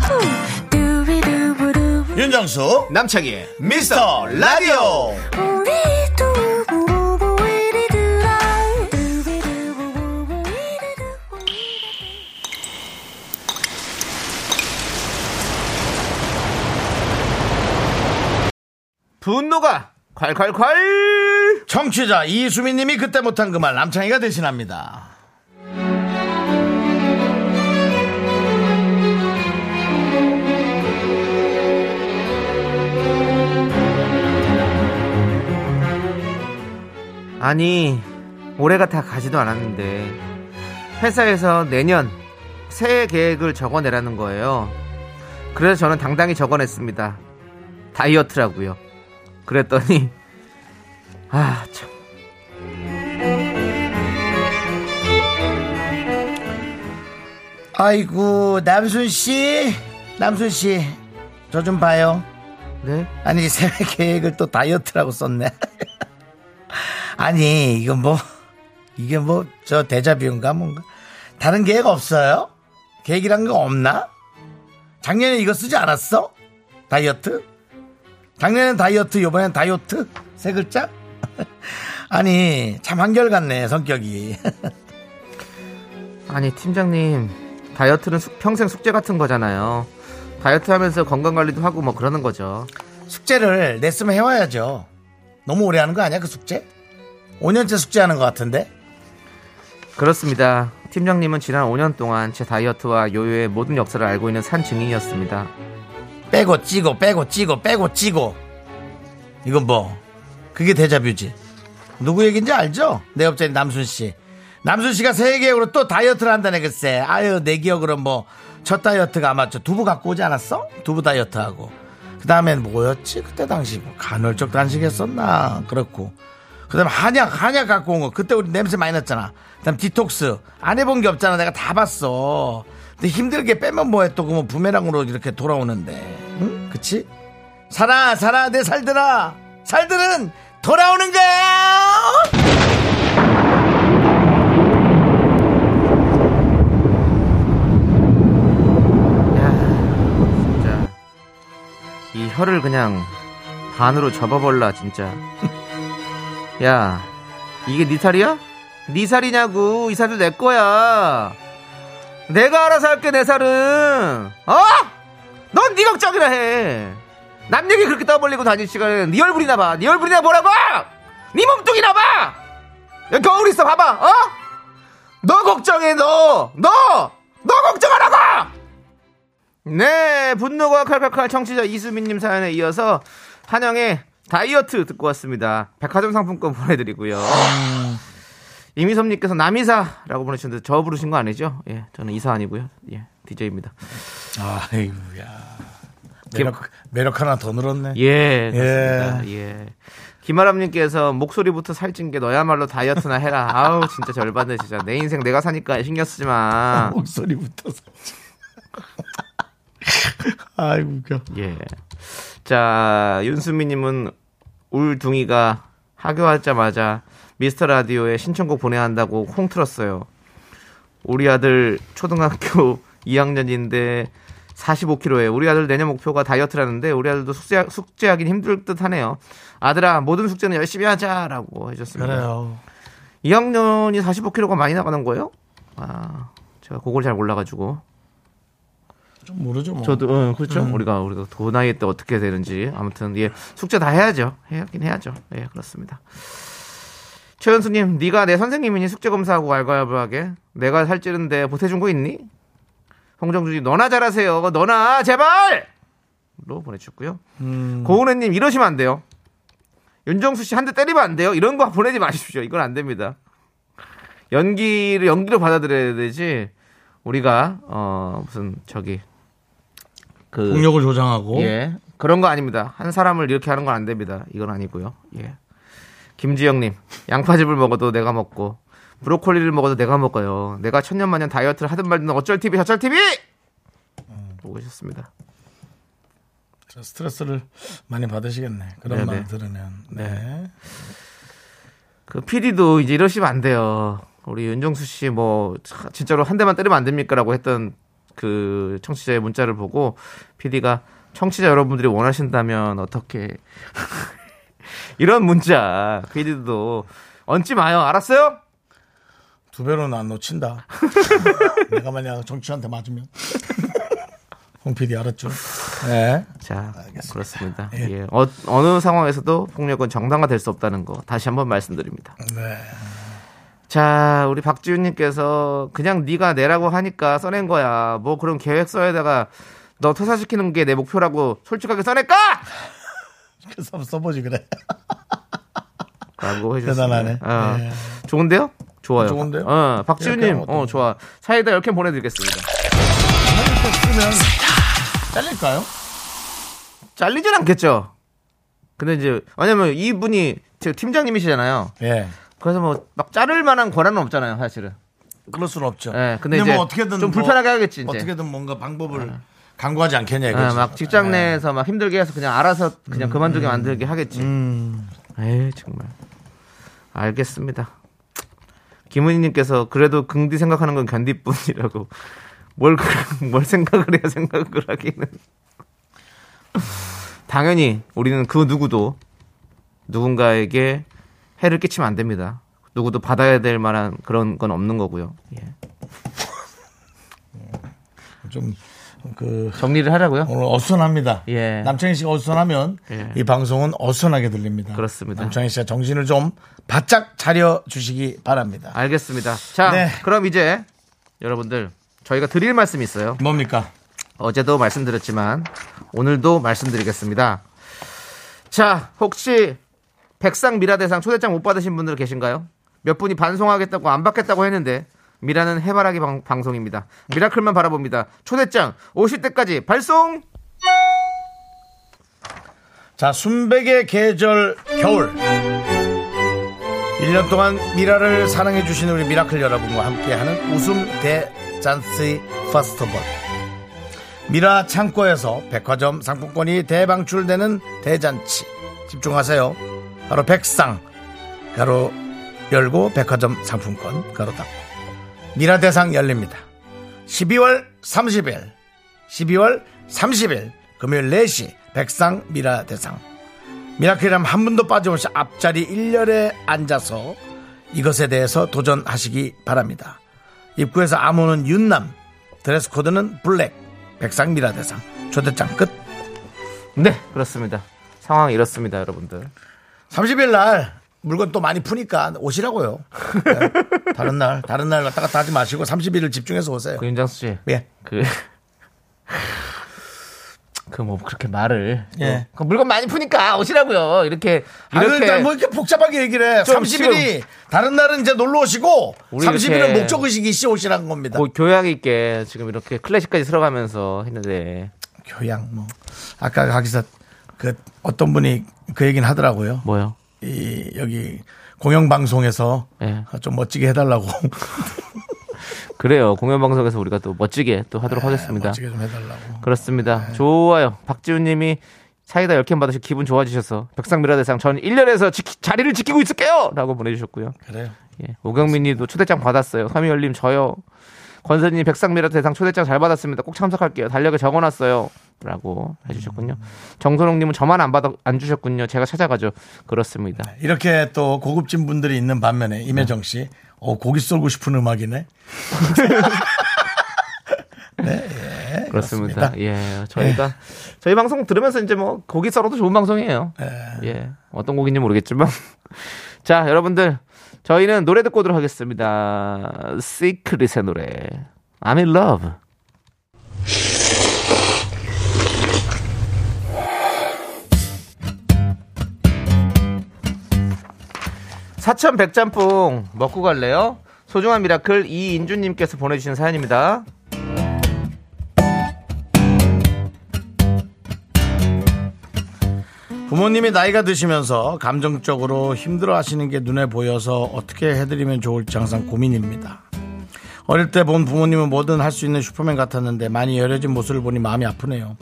후. 두비두부두.
윤정수,
남창희.
미스터 라디오.
우리 두부부부 우리 두라. 두비두부부부 우리 두부부.
분노가 콸콸콸!
청취자 이수민 님이 그때 못한 그 말 남창희가 대신합니다.
아니, 올해가 다 가지도 않았는데, 회사에서 내년 새해 계획을 적어내라는 거예요. 그래서 저는 당당히 적어냈습니다. 다이어트라고요. 그랬더니, 아, 참.
아이고, 남순 씨. 남순 씨. 저 좀 봐요.
네?
아니 새해 계획을 또 다이어트라고 썼네. *laughs* 아니 이건 뭐 이게 뭐 저 대자비인가 뭔가 다른 계획 없어요? 계획이란 거 없나? 작년에 이거 쓰지 않았어? 다이어트? 작년엔 다이어트, 이번엔 다이어트 세 글자? *laughs* 아니 참 한결같네 성격이. *laughs*
아니 팀장님 다이어트는 숙- 평생 숙제 같은 거잖아요 다이어트하면서 건강관리도 하고 뭐 그러는 거죠
숙제를 냈으면 해와야죠. 너무 오래 하는 거 아니야 그 숙제? 5년째 숙제하는 것 같은데.
그렇습니다 팀장님은 지난 5년 동안 제 다이어트와 요요의 모든 역사를 알고 있는 산 증인이었습니다
빼고 찌고 빼고 찌고 빼고 찌고 이건 뭐 그게 데자뷰지 누구 얘기인지 알죠? 내 옆자리 남순 씨 남순 씨가 새해 계획으로 또 다이어트를 한다네 글쎄 아유 내 기억으로 뭐 첫 다이어트가 아마 저 두부 갖고 오지 않았어? 두부 다이어트하고 그 다음엔 뭐였지 그때 당시 뭐 간헐적 단식했었나 그렇고 그 다음에 한약 한약 갖고 온 거 그때 우리 냄새 많이 났잖아 그 다음 디톡스 안 해본 게 없잖아 내가 다 봤어 근데 힘들게 빼면 뭐해 또 그러면 부메랑으로 이렇게 돌아오는데 응? 그치? 살아 살아 내 살들아 살들은 돌아오는 거야
야 진짜 이 혀를 그냥 반으로 접어볼라 진짜 *laughs* 야 이게 네 살이야? 네 살이냐고 이 살도 내 거야 내가 알아서 할게 내 살은 어? 넌 네 걱정이나 해남 얘기 그렇게 떠벌리고 다닐 시간에 네 얼굴이나 봐네 얼굴이나 보라고 네 몸뚱이나 봐 여기 거울 있어 봐봐 어? 너 걱정해 너너너 너 걱정하라고 네, 분노가 칼칼칼 청취자 이수민님 사연에 이어서 한영의 다이어트 듣고 왔습니다. 백화점 상품권 보내드리고요. 이미섭님께서 남이사라고 보내주셨는데 저 부르신 거 아니죠? 예, 저는 이사 아니고요. 예, DJ입니다.
아이고야 매력, 매력 하나 더 늘었네
예, 그렇습니다. 예. 김아람님께서 목소리부터 살찐 게 너야말로 다이어트나 해라. 아우 진짜 절반네 진짜 내 인생 내가 사니까 신경 쓰지 마.
*laughs* 목소리부터 살짝 *laughs* 아이고 웃겨
예. 자, 윤수미님은 울둥이가 하교하자마자 미스터 라디오에 신청곡 보내야 한다고 콩 *laughs* 틀었어요. 우리 아들 초등학교 2학년인데 45kg에 우리 아들 내년 목표가 다이어트라는데 우리 아들도 숙제, 숙제하긴 힘들 듯 하네요. 아들아 모든 숙제는 열심히 하자라고 해줬습니다.
그래요.
2학년이 45kg가 많이 나가는 거예요? 아 제가 그걸 잘 몰라가지고
좀 모르죠 뭐.
저도 응, 그렇죠. 우리가 우리가 그 나이 때 어떻게 되는지 아무튼 예 숙제 다 해야죠. 해야긴 해야죠. 예 그렇습니다. 최현수님, 네가 내 선생님이니 숙제 검사하고 왈가왈부하게 내가 살찌는데 보태준 거 있니? 홍정주님, 너나 잘하세요. 너나 제발. 로 보내주셨고요.
음.
고은혜님 이러시면 안 돼요. 윤정수 씨 한 대 때리면 안 돼요. 이런 거 보내지 마십시오. 이건 안 됩니다. 연기를 연기로 받아들여야 되지. 우리가 어 무슨 저기 그
폭력을 조장하고
예. 그런 거 아닙니다. 한 사람을 이렇게 하는 건 안 됩니다. 이건 아니고요. 예. 김지영님, 양파즙을 먹어도 내가 먹고, 브로콜리를 먹어도 내가 먹어요. 내가 천년만년 다이어트를 하든 말든 어쩔 TV, 저쩔 TV! 보고 계셨습니다.
저 스트레스를 많이 받으시겠네. 그런
네네.
말 들으면. 네.
그 PD도 이제 이러시면 안 돼요. 우리 윤정수 씨 뭐, 차- 진짜로 한 대만 때리면 안 됩니까? 라고 했던 그 청취자의 문자를 보고, PD가 청취자 여러분들이 원하신다면 어떻게. *laughs* 이런 문자, PD도 얹지 마요. 알았어요?
두 배로는 안 *laughs* 놓친다. 내가 만약 정치한테 맞으면. *laughs* 홍 PD 알았죠? 네.
자, 그렇습니다.
예.
예. 어, 어느 상황에서도 폭력은 정당화될 수 없다는 거 다시 한번 말씀드립니다.
네.
자, 우리 박지훈님께서 그냥 네가 내라고 하니까 써낸 거야. 뭐 그런 계획서에다가 너 퇴사시키는 게 내 목표라고 솔직하게 써낼까?
그래서 써보지 그래.
라고 해주셨습니다.
*laughs* 대단하네.
어.
네.
좋은데요? 좋아요.
좋은데요?
어, 박지훈님,
이렇게 하면
어, 좋아. 사이다 10캔 보내드리겠습니다.
이렇게 쓰면 잘릴까요?
잘리진 않겠죠? 근데 이제, 왜냐면 이분이 제 팀장님이시잖아요.
예.
그래서 뭐 막 자를 만한 권한은 없잖아요, 사실은.
그럴 수는 없죠. 뭐
예, 근데 이제 좀 불편하게 하겠지, 이제.
어떻게든 뭔가 방법을 강구하지 않겠냐
아,
이거지.
막 직장 내에서 막 힘들게 해서 그냥 알아서 그냥 그만두게 만들게 하겠지. 에이 정말. 알겠습니다. 김은희님께서 그래도 긍디 생각하는 건 견디뿐이라고. 뭘, 그- 뭘 생각을 해야 생각을 하기는. 당연히 우리는 그 누구도 누군가에게 해를 끼치면 안 됩니다. 누구도 받아야 될 만한 그런 건 없는 거고요. 예.
네. 좀그
정리를 하라고요.
오늘 어수선합니다.
예.
남창희 씨가 어수선하면
예.
이 방송은 어수선하게 들립니다.
그렇습니다.
남창희 씨가 정신을 좀 바짝 차려 주시기 바랍니다.
아. 알겠습니다. 자,
네.
그럼 이제 여러분들 저희가 드릴 말씀이 있어요.
뭡니까?
어제도 말씀드렸지만 오늘도 말씀드리겠습니다. 자, 혹시 백상 미라 대상 초대장 못 받으신 분들 계신가요? 몇 분이 반송하겠다고 안 받겠다고 했는데 미라는 해바라기 방, 송입니다 미라클만 바라봅니다. 초대장 오실 때까지 발송.
자, 순백의 계절 겨울. 1년 동안 미라를 사랑해 주신 우리 미라클 여러분과 함께하는 웃음 대잔치 퍼스트벌. 미라 창고에서 백화점 상품권이 대방출되는 대잔치. 집중하세요. 바로 백상. 가로 열고 백화점 상품권 가로 닫고. 미라 대상 열립니다. 12월 30일 12월 30일 금요일 4시 백상 미라 대상 미라클이라면 한 분도 빠짐없이 앞자리 일렬에 앉아서 이것에 대해서 도전하시기 바랍니다. 입구에서 암호는 윤남 드레스 코드는 블랙 백상 미라 대상 초대장 끝
네, 그렇습니다. 상황 이렇습니다, 여러분들.
30일 날 물건 또 많이 푸니까 오시라고요. 네. 다른 날 다른 날 왔다 갔다 하지 마시고 30일을 집중해서 오세요.
그 윤정수 씨.
예.
그. *laughs* 그 뭐 그렇게 말을
예.
그 물건 많이 푸니까 오시라고요 이렇게
이렇게
이렇게
뭐 이렇게 복잡하게 얘기를 해.
좀
30일이 다른 날은 이제 놀러 오시고
우리
30일은
이렇게
목적 의식이 씨 오시라는 겁니다.
고- 교양 있게 지금 이렇게 클래식까지 들어가면서 했는데
교양 뭐 아까 거기서 그 어떤 분이 그 얘기는 하더라고요.
뭐요?
이 여기 공영 방송에서
예.
좀 멋지게 해달라고
그래요 공연 방송에서 우리가 또 멋지게 또 하도록 하겠습니다.
예, *laughs* 멋지게 예. 좀 해달라고.
그렇습니다. 좋아요. 박지훈님이 사이다 10캔 받으시 기분 좋아지셔서 백상미라 대상 전 1년에서 자리를 지키고 있을게요! 라고 보내주셨고요.
그래요.
예. 오경민 님도 초대장 받았어요. 삼이열님 저요. 권선님 백상미라트 대상 초대장 잘 받았습니다. 꼭 참석할게요. 달력에 적어놨어요. 라고 해주셨군요. 정선홍님은 저만 안 받아 안 주셨군요. 제가 찾아가죠. 그렇습니다.
이렇게 또 고급진 분들이 있는 반면에 임혜정 씨, 어, 고기 쏠고 싶은 음악이네.
그렇습니다. 예, 저희가 저희 방송 들으면서 이제 뭐 고기 썰어도 좋은 방송이에요. 예, 어떤 고기인지 모르겠지만 *laughs* 자 여러분들 저희는 노래 듣고 오도록 하겠습니다. 시크릿의 노래 I'm in love. 사천 백짬뽕 먹고 갈래요? 소중한 미라클 이인주님께서 보내주신 사연입니다.
부모님이 나이가 드시면서 감정적으로 힘들어 하시는 게 눈에 보여서 어떻게 해드리면 좋을지 항상 고민입니다. 어릴 때 본 부모님은 뭐든 할 수 있는 슈퍼맨 같았는데 많이 여려진 모습을 보니 마음이 아프네요.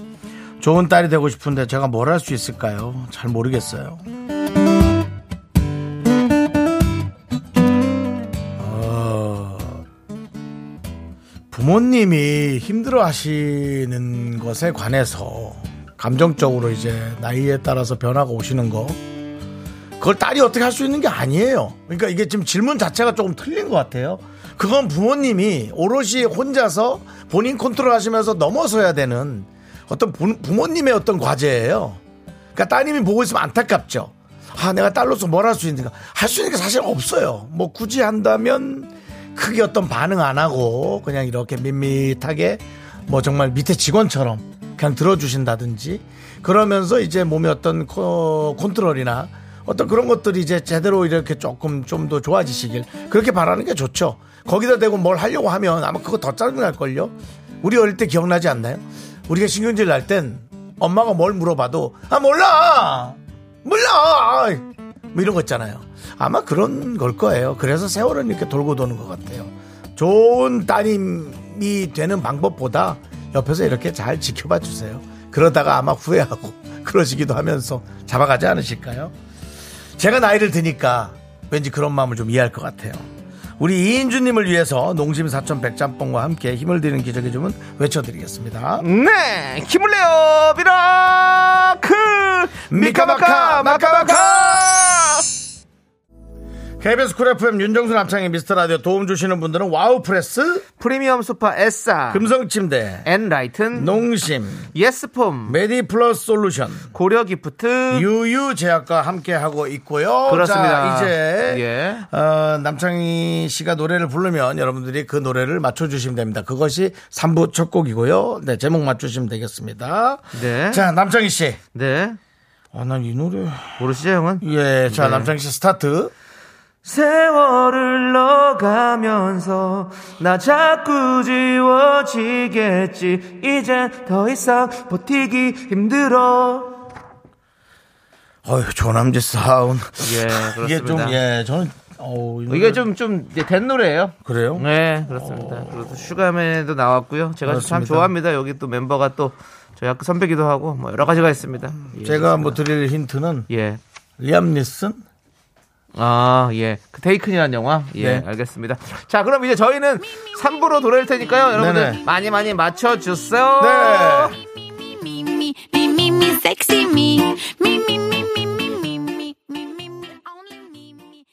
좋은 딸이 되고 싶은데 제가 뭘 할 수 있을까요? 잘 모르겠어요. 어, 부모님이 힘들어 하시는 것에 관해서 감정적으로 이제 나이에 따라서 변화가 오시는 거 그걸 딸이 어떻게 할 수 있는 게 아니에요. 그러니까 이게 지금 질문 자체가 조금 틀린 것 같아요. 그건 부모님이 오롯이 혼자서 본인 컨트롤 하시면서 넘어서야 되는 어떤 부, 부모님의 어떤 과제예요. 그러니까 따님이 보고 있으면 안타깝죠. 아, 내가 딸로서 뭘 할 수 있는가? 할 수 있는 게 사실 없어요. 뭐 굳이 한다면 크게 어떤 반응 안 하고 그냥 이렇게 밋밋하게 뭐 정말 밑에 직원처럼 그냥 들어주신다든지 그러면서 이제 몸의 어떤 코- 컨트롤이나 어떤 그런 것들이 이제 제대로 이렇게 조금 좀 더 좋아지시길 그렇게 바라는 게 좋죠. 거기다 대고 뭘 하려고 하면 아마 그거 더 짜증날걸요. 우리 어릴 때 기억나지 않나요? 우리가 신경질 날 땐 엄마가 뭘 물어봐도 아 몰라 몰라 아이, 뭐 이런 거 있잖아요. 아마 그런 걸 거예요. 그래서 세월은 이렇게 돌고 도는 것 같아요. 좋은 따님이 되는 방법보다 옆에서 이렇게 잘 지켜봐 주세요. 그러다가 아마 후회하고 *laughs* 그러시기도 하면서 잡아가지 않으실까요? 제가 나이를 드니까 왠지 그런 마음을 좀 이해할 것 같아요. 우리 이인주님을 위해서 농심 사천 백짬뽕과 함께 힘을 드리는 기적의 주문 외쳐드리겠습니다.
네, 힘을 내요, 미라클!
미카마카 마카마카 KBS 쿨 FM 윤정수 남창의 미스터라디오 도움 주시는 분들은 와우프레스
프리미엄 소파 에싸,
금성침대
엔라이튼,
농심
예스폼,
메디플러스 솔루션
고려 기프트,
유유 제약과 함께 하고 있고요.
그렇습니다.
자, 이제
예.
어, 남창희 씨가 노래를 부르면 여러분들이 그 노래를 맞춰 주시면 됩니다. 그것이 3부 첫 곡이고요. 네, 제목 맞추시면 되겠습니다.
네.
자, 남창희 씨.
네,
아, 난 이 노래.
모르시죠, 형은?
예.
네.
자, 남창희 씨 스타트.
세월을 넣어가면서 나 자꾸 지워지겠지. 이젠 더 이상 버티기 힘들어.
어휴, 조남지 사운.
예, 그렇습니다.
이게 좀 예, 저는 어우, 이 노래-
이게 좀, 좀, 이제 된 노래예요
그래요?
네, 그렇습니다. 그래서 슈가맨도 나왔고요. 제가 참
그렇습니다.
좋아합니다. 여기 또 멤버가 또 저희 학교 선배기도 하고 뭐 여러 가지가 있습니다. 예,
제가 뭐
그렇습니다.
드릴 힌트는
예.
리암 니슨
아, 예. 그 테이큰이라는 영화? 예,
네.
알겠습니다. 자, 그럼 이제 저희는 3부로 돌아올 테니까요. 여러분들
네네.
많이 많이 맞춰주세요.
네.
Me, me, me, me, me, sexy me. Me, me, me, me, me, me, me, me, me, me, only me, me.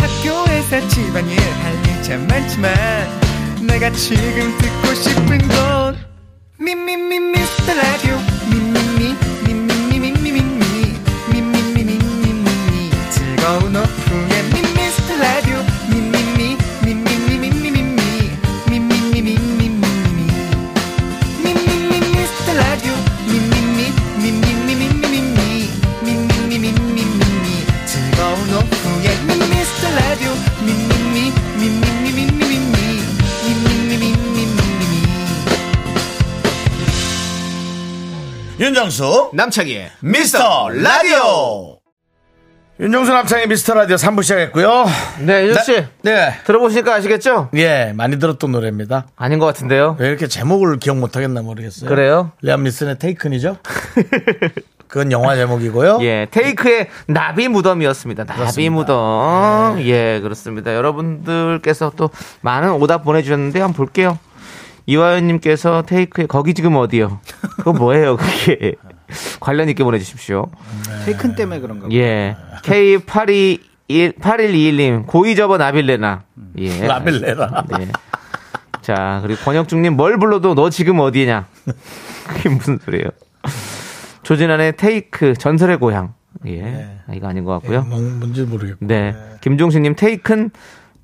학교에서 집안일 할 일 참 많지만 내가 지금 듣고 싶은 건 미미미 미스터 라디오 미미미 미미미 미미미 미미미 미미미 즐거운 오후에 미스터 라디오 미미미 미미미 미미미 미미미 미미미
윤정수
남창희의
미스터 라디오 윤정수 남창의 미스터 라디오 3부 시작했고요
네, 유정씨.
네.
들어보시니까 아시겠죠?
예 많이 들었던 노래입니다
아닌 것
네.
같은데요.
왜 이렇게 제목을 기억 못하겠나 모르겠어요
그래요?
레암 리슨의 테이큰이죠 *laughs* 그건 영화 제목이고요.
예, 테이크의 나비 무덤이었습니다. 나비
그렇죠? 그렇습니다. 네.
무덤. 예, 그렇습니다. 여러분들께서 또 많은 오답 보내주셨는데 한번 볼게요. 이화연님께서 테이크의 거기 지금 어디요? 그거 뭐예요, 그게? *laughs* 관련 있게 보내주십시오.
네.
테이큰 때문에 그런가 봐.
예, K82. 8121님, 고이 접어 나빌레나. 예.
라벨레라.
네. 자, 그리고 권혁중님, 뭘 불러도 너 지금 어디냐? 그게 무슨 소리예요? 조진안의 테이크, 전설의 고향. 예.
네.
아, 이거 아닌 것 같고요.
뭐, 뭔지 모르겠고.
네. 김종식님, 테이큰,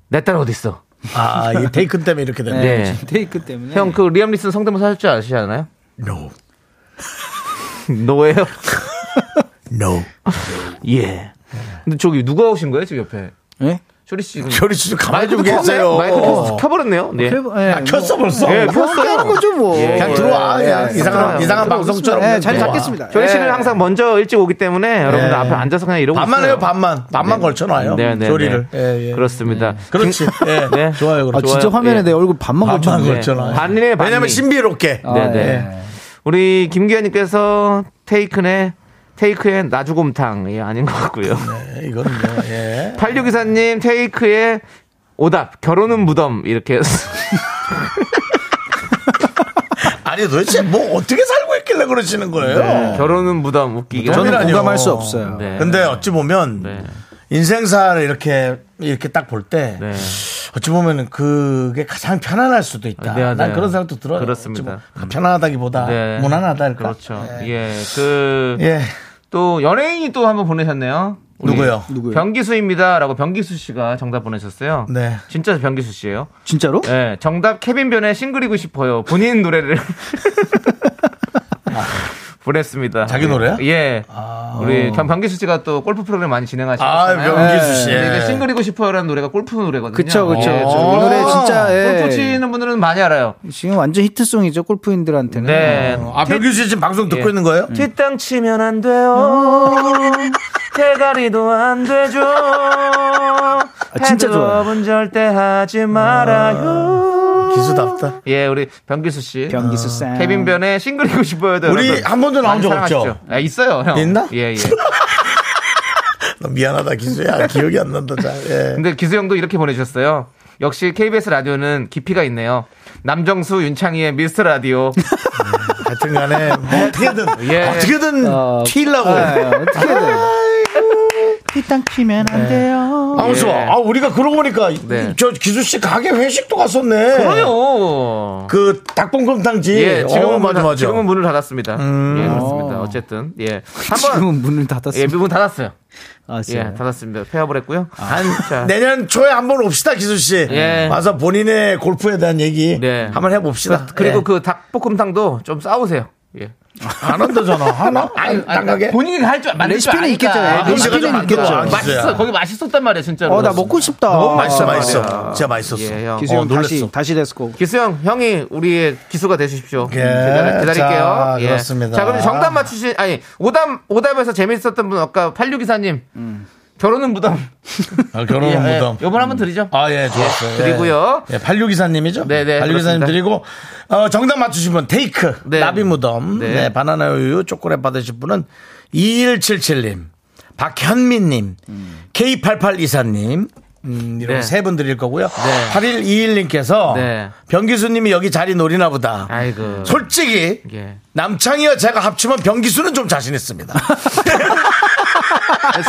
내 딸 어딨어?
아, 이 테이큰 때문에 이렇게 됐네.
네.
네. 테이크 때문에.
형, 그 리암 리슨 성대모사 할 줄 아시잖아요? *laughs*
No,
노예요?
no. 네.
예. 근데 저기 누가 오신 거예요, 지금 옆에?
예?
쇼리 씨. 지금
아, 저리 좀 가만히 좀
마이크도 켰네요.
계세요. 어.
마이크 켰- 켜버렸네요. 네.
그래, 예,
아, 켰어 벌써?
예,
뭐, 그렇게 하는
켰어요.
거죠 뭐.
예.
그냥 네. 들어와. 네, 그냥 이상한,
들어와요.
이상한 방송처럼. 그냥
예, 자리
들어와.
잡겠습니다.
조리
예.
씨는 항상 먼저 일찍 오기 때문에 여러분들 앞에 앉아서 그냥 이러고
반만
있어요.
예. 해요, 반만. 반만 걸쳐놔요.
네, 네,
조리를.
네.
예, 예.
그렇습니다.
그렇지. 예.
*laughs* 네.
*laughs*
아,
좋아요, 그렇죠.
진짜
좋아요.
화면에
예.
내 얼굴 반만 걸쳐.
반만
네.
걸쳐놔요.
반이네, 반이.
왜냐면 신비롭게.
아,
네네.
예.
우리 김기현님께서 테이큰의 테이크의 나주곰탕 예 아닌 것 같고요.
네, 이거는 뭐, 예.
8624님 테이크의 오답 결혼은 무덤 이렇게
*laughs* 아니, 도대체 뭐 어떻게 살고 있길래 그러시는 거예요?
*laughs* 결혼은 무덤 웃기게
저는
아니요.
공감할 수 없어요.
네.
근데 어찌 보면
네.
인생사를 이렇게 이렇게 딱 볼 때
네.
어찌 보면 그게 가장 편안할 수도 있다.
아, 네,
난
네.
그런 생각도 들어요.
그렇습니다.
어찌 보면 편안하다기보다
네.
무난하다 할까.
그렇죠.
예.
예그
예.
또 연예인이 또 한번 보내셨네요. 우리
누구요?
누구요?
변기수입니다라고 변기수 씨가 정답 보내셨어요.
네.
진짜 변기수 씨예요.
진짜로?
네, 정답 케빈 변의 싱글이고 싶어요.
*laughs*
본인 노래를 보냈습니다.
자기
예.
노래요?
예. 우리 경 변기수 씨가 또 골프 프로그램 많이
아,
진행하시잖아요. 네.
명기수 씨. 예.
근데 이제 싱글이고 싶어요라는 노래가 골프 노래거든요.
그쵸, 그쵸.
예,
저
오.
노래 진짜, 예.
골프 치는 분들은 많이 알아요.
지금 완전 히트송이죠, 골프인들한테는.
네.
아, 명기수 씨 지금 방송 듣고
예.
있는
음.
거예요?
뒷땅 치면 안 돼요. 대가리도 안 되죠.
아, 진짜 좋아요. 아,
헤드업은 절대 하지 말아요.
기수답다.
예, 우리 변기수 씨.
아, 변기수 쌤.
케빈 변의 싱글이고 싶어요도
우리
여러분
한 번도 나온
많이
적
사랑하시죠?
없죠?
아, 있어요, 형.
있나?
예, 예.
너 미안하다, 기수야. 기억이 안 난다. 잘. 예.
근데 기수 형도 이렇게 보내주셨어요. 역시 KBS 라디오는 깊이가 있네요. 남정수, 윤창희의 미스터 라디오.
하여튼 간에 뭐 어떻게든
*laughs* 예.
어떻게든
어,
튀려고.
아, 어떻게 해야 돼요? 피땅 피면
네.
안 돼요.
방수
예.
아, 우리가 그러고 보니까
네.
저 기수 씨 가게 회식도 갔었네.
그래요.
그 닭볶음탕집.
예, 지금은
어, 맞아 음.
문,
맞아.
지금은 뭐 문을 닫았습니다. 예, 그렇습니다. 어쨌든 예, 한번
지금은 문을
예,
닫았어요.
문 닫았어요.
아,
예,
진짜요?
닫았습니다. 아. 네. 폐업을 했고요. 자,
내년 초에 한번 옵시다 기수 씨.
예.
와서 본인의 골프에 대한 얘기
네.
한번 해봅시다.
그리고 그 닭볶음탕도 좀 싸우세요. 예.
그안 한다잖아 하나? 아니 안 가게?
본인이 할줄 만들 줄
레시피는
아니까.
있겠죠.
아,
예,
음식을
레시피는
좀
있겠죠.
만들어.
맛있어. 거기 맛있었단 말이에요, 진짜로.
어, 나 먹고 싶다.
너무 맛있어
아,
맛있어. 진짜 맛있었어.
예, 형.
기수 형
어, 놀랬어.
다시, 다시 데스코.
기수 형, 형이 우리의 기수가 되십시오.
예,
기다리- 기다릴게요. 예.
자, 그렇습니다.
자, 그럼 정답 맞추신, 아니, 오답, 오답에서 재밌었던 분, 아까 8624님. 결혼은 무덤.
아, 결혼
예, 예.
무덤.
요번 한번 드리죠.
아 예 좋았어요. 예.
드리고요.
예, 86이사님이죠?
네, 네,
86이사님
그렇습니다.
드리고, 어, 정답 맞추신 분, 테이크,
네.
나비 무덤,
네.
네, 바나나 우유, 초콜릿 받으신 분은 2177님, 박현민님, K8824님, 음, 이런
네.
세 분 드릴 거고요.
네.
8121님께서
네.
변기수님이 여기 자리 노리나 보다.
아이고.
솔직히
예.
남창희와 제가 합치면 변기수는 좀 자신 있습니다.
*laughs*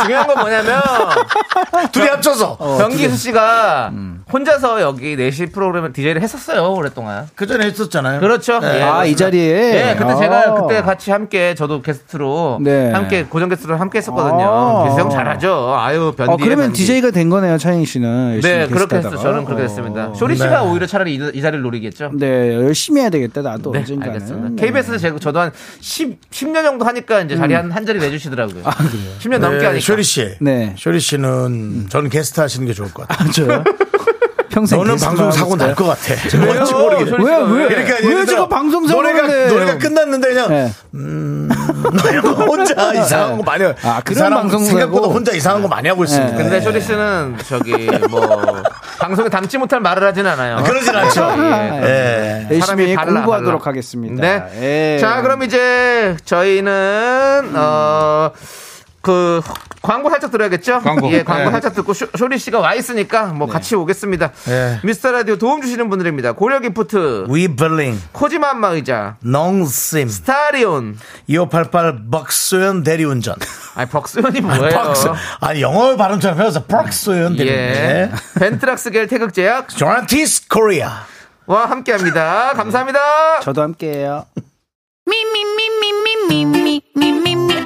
중요한
*laughs*
건 뭐냐면, 어,
둘이 합쳐서 어,
변기수 씨가
음.
혼자서 여기 4시 프로그램 DJ를 했었어요, 오랫동안.
그 전에 했었잖아요. 네.
그렇죠. 예,
아, 이 자리에?
예, 근데
아.
제가 그때 같이 함께 저도 게스트로
네.
함께 고정 게스트로 함께 했었거든요.
아.
기수 형 잘하죠. 아유, 변디.
어, 그러면 DJ가 된 거네요, 차인 씨는. 열심히
네, 그렇게
게스트하다가.
했어. 저는 그렇게
어.
됐습니다. 쇼리 씨가 오히려 차라리 이, 이 자리를 노리겠죠.
네, 열심히 해야 되겠다, 나도
네,
언젠가는.
알겠습니다. KBS에서 제가 저도 한 10, 10년 정도 하니까 이제
음.
자리 한, 한 자리 내주시더라고요.
아,
10년 넘게 하니까.
네, 쇼리 씨.
네.
쇼리 씨는 저는 게스트 하시는 게 좋을 것 같아요.
*laughs*
저요? 평생
너는
게스트만
방송
하고
사고 날
있어요.
것 같아.
왜요?
뭔지 모르겠어.
쇼리 씨가
왜, 왜?
그러니까
왜
예를 들어
지금 방송
노래가
사고를 해요?
노래가 끝났는데 그냥 *laughs*
네.
이러고 혼자 이상한 거 많이 해요.
아, 그런
그
네.
사람
방송을
생각보다
하고?
혼자 이상한 거 많이 하고
*laughs*
있습니다.
근데 쇼리 씨는 저기 뭐 방송에 담지 못할 말을 하진 않아요.
그러진 않죠.
네.
예.
예.
사람이
네, 열심히
발라,
공부하도록
발라.
하겠습니다.
네.
예.
자, 그럼 이제 저희는 어. 그 광고 살짝 들어야겠죠?
광고.
예, 광고
네.
살짝 듣고 쇼, 쇼리 씨가 와 있으니까 뭐 같이 오겠습니다.
예.
미스터 라디오 도움 주시는 분들입니다. 고려 기프트,
위블링,
코지마 안마 의자,
농심,
스타리온.
2588 박소연 대리운전.
아니 벅스연이 뭐예요?
박소, 아니 영어 발음처럼 해서 박소연
예.
대리운전.
벤트락스겔 태극제약
조란티스 코리아.
와 함께합니다. 감사합니다.
저도 함께해요.
Me, me, me, me, me, me, me, me, me, me,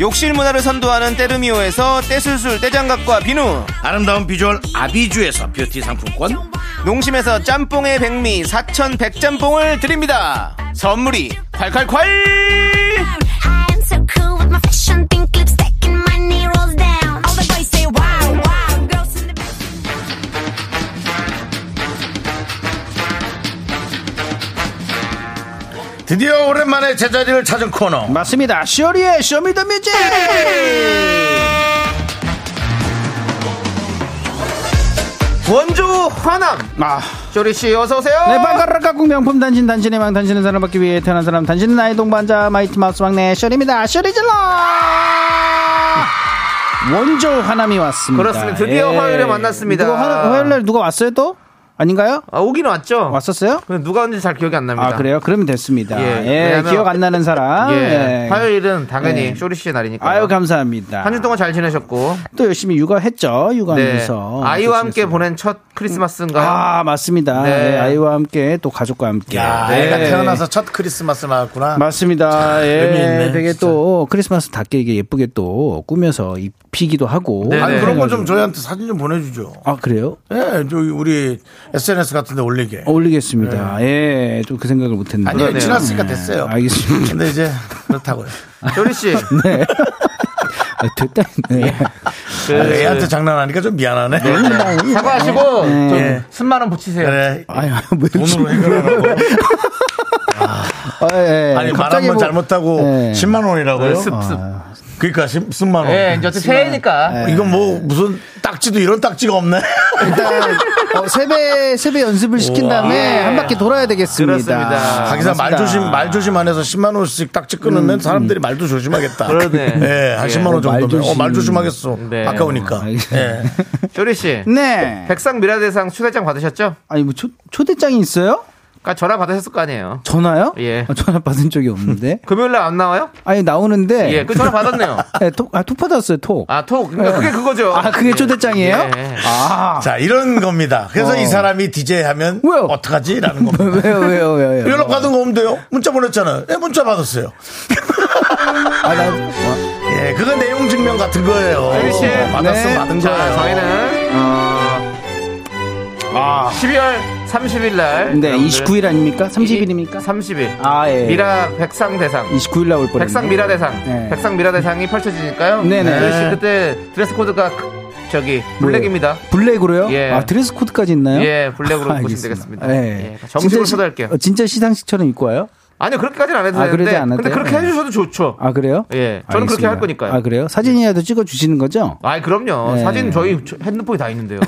욕실 문화를 선도하는 때르미오에서 떼술술 떼장갑과 비누,
아름다운 비주얼 아비주에서 뷰티 상품권.
농심에서 짬뽕의 백미 사천 백짬뽕을 드립니다. 선물이 콸콸콸!
I am so cool with my fashion pink lipstick and my knee rolls down. All the boys say wow, wow. Girls in the back.
드디어 오랜만에 제자리를 찾은 코너.
맞습니다. 쇼리의 쇼미더뮤직.
원조 화남
아,
조리 씨 어서 오세요.
네, 반가라 가국 명품 단신 단신의 망 단신은 사람 받기 위해 태어난 사람 단신은 나의 동반자 마이트 마우스 막내 쇼리입니다. 쇼리 질러. 원조 화남이 왔습니다. 예.
그렇습니다. 드디어 화요일에 만났습니다.
누가 화, 화요일 날 누가 왔어요 또? 아닌가요?
아, 오긴 왔죠.
왔었어요?
근데 누가 왔는지 잘 기억이 안 납니다.
아 그래요? 그러면 됐습니다.
예,
예,
왜냐면-
기억 안 나는 사람.
예. 화요일은 당연히
예.
쇼리 씨의 날이니까.
아유 감사합니다.
한 주 동안 잘 지내셨고.
또 열심히 육아했죠.
네.
육아하면서
아이와 함께
그랬어요.
보낸 첫 크리스마스인가?
아 맞습니다.
네.
예, 아이와 함께 또 가족과 함께.
야,
예.
애가 태어나서 첫 크리스마스를 맞았구나.
맞습니다. 예.
의미 있네,
되게
진짜.
또 크리스마스 답게 이게 예쁘게 또 꾸며서 입히기도 하고.
네,
아니
네.
그런 거 좀 저희한테 사진 좀 보내주죠.
아 그래요?
예, 저기 우리 SNS 같은데 올리게.
올리겠습니다.
네.
예, 좀 그 생각을 못했는데.
아니 요
어, 그러네요. 음,
지났으니까 됐어요.
알겠습니다.
근데 이제 그렇다고요.
쇼리 씨.
아. *laughs* 네. 아, 됐다. 네.
아, 애한테 장난하니까 좀 미안하네.
사과하시고
네.
좀
예.
순만원 붙이세요.
그래,
아유, 뭐 이렇게-
네. 돈으로 해결하라고.
아, 예.
아니 말 한
갑자기
번
뭐-
잘못하고
예.
10만 원이라고요?
습, 습.
그러니까 10, 10만 원.
예, 이제 어차피
네.
새해니까.
어, 이건 뭐 무슨 딱지도 이런 딱지가 없네. *laughs*
일단 어, 세배 세배 연습을
우와.
시킨
예.
다음에 한 바퀴 돌아야 되겠습니다.
그렇습니다.
아, 자기사 말
맞습니다.
조심 말 조심 안 해서 10만 원씩 딱지 끊으면 사람들이 말도 조심하겠다.
그러네.
*laughs* 예, 한
예.
10만 원
어, 말
정도면 어, 말
조심.
조심하겠어.
네.
아까우니까. 예.
쇼리 씨.
네.
백상 미라대상 초대장 받으셨죠?
아니 뭐 초, 초대장이 있어요?
그러니까 전화 받으셨을 거 아니에요.
전화요?
예.
아, 전화 받은 적이 없는데.
금요일 날 안 나와요?
아니 나오는데.
예, 그 전화 받았네요.
예, 톡, 아, 톡 받았어요, 톡. 아,
아, 톡. 그러니까 그게 그거죠.
그게 초대장이에요?
예.
아, *laughs*
자, 이런 겁니다. 그래서
어.
이 사람이 DJ 하면
왜요?
어떡하지라는 겁니다.
왜요, 왜요, 왜요? 왜요?
연락 받은 거 오면 돼요. 문자 보냈잖아요. 예, 문자 받았어요.
아, 나, 와,
예, 그건 내용 증명 같은 거예요. 아,
씨.
받았으면
네.
받은
자,
거예요.
저희는
아.
어, 12월 30일 날
근데 29일 아닙니까? 30일입니까?
30일
네, 아, 예.
미라 백상 대상
29일 나올 뻔
백상 미라 대상
네.
백상 미라 대상이 펼쳐지니까요.
네네. 네.
그래서 그때 드레스 코드가 크- 저기 블랙입니다.
블랙으로요?
예.
아, 드레스 코드까지 있나요?
예, 블랙으로
아,
보시면
알겠습니다.
되겠습니다. 예, 정식으로
시-
초대할게요.
어, 진짜 시상식처럼 입고 와요?
아니요 그렇게까지는 안 해도
아, 그러지
되는데
않아도
근데
돼요?
그렇게
네.
해주셔도 좋죠.
아, 그래요?
예, 저는 그렇게
알겠습니다.
할 거니까요.
아, 그래요? 사진이라도 찍어주시는 거죠? *laughs*
아이, 그럼요.
네.
사진 저희 저- 핸드폰이 다 있는데요.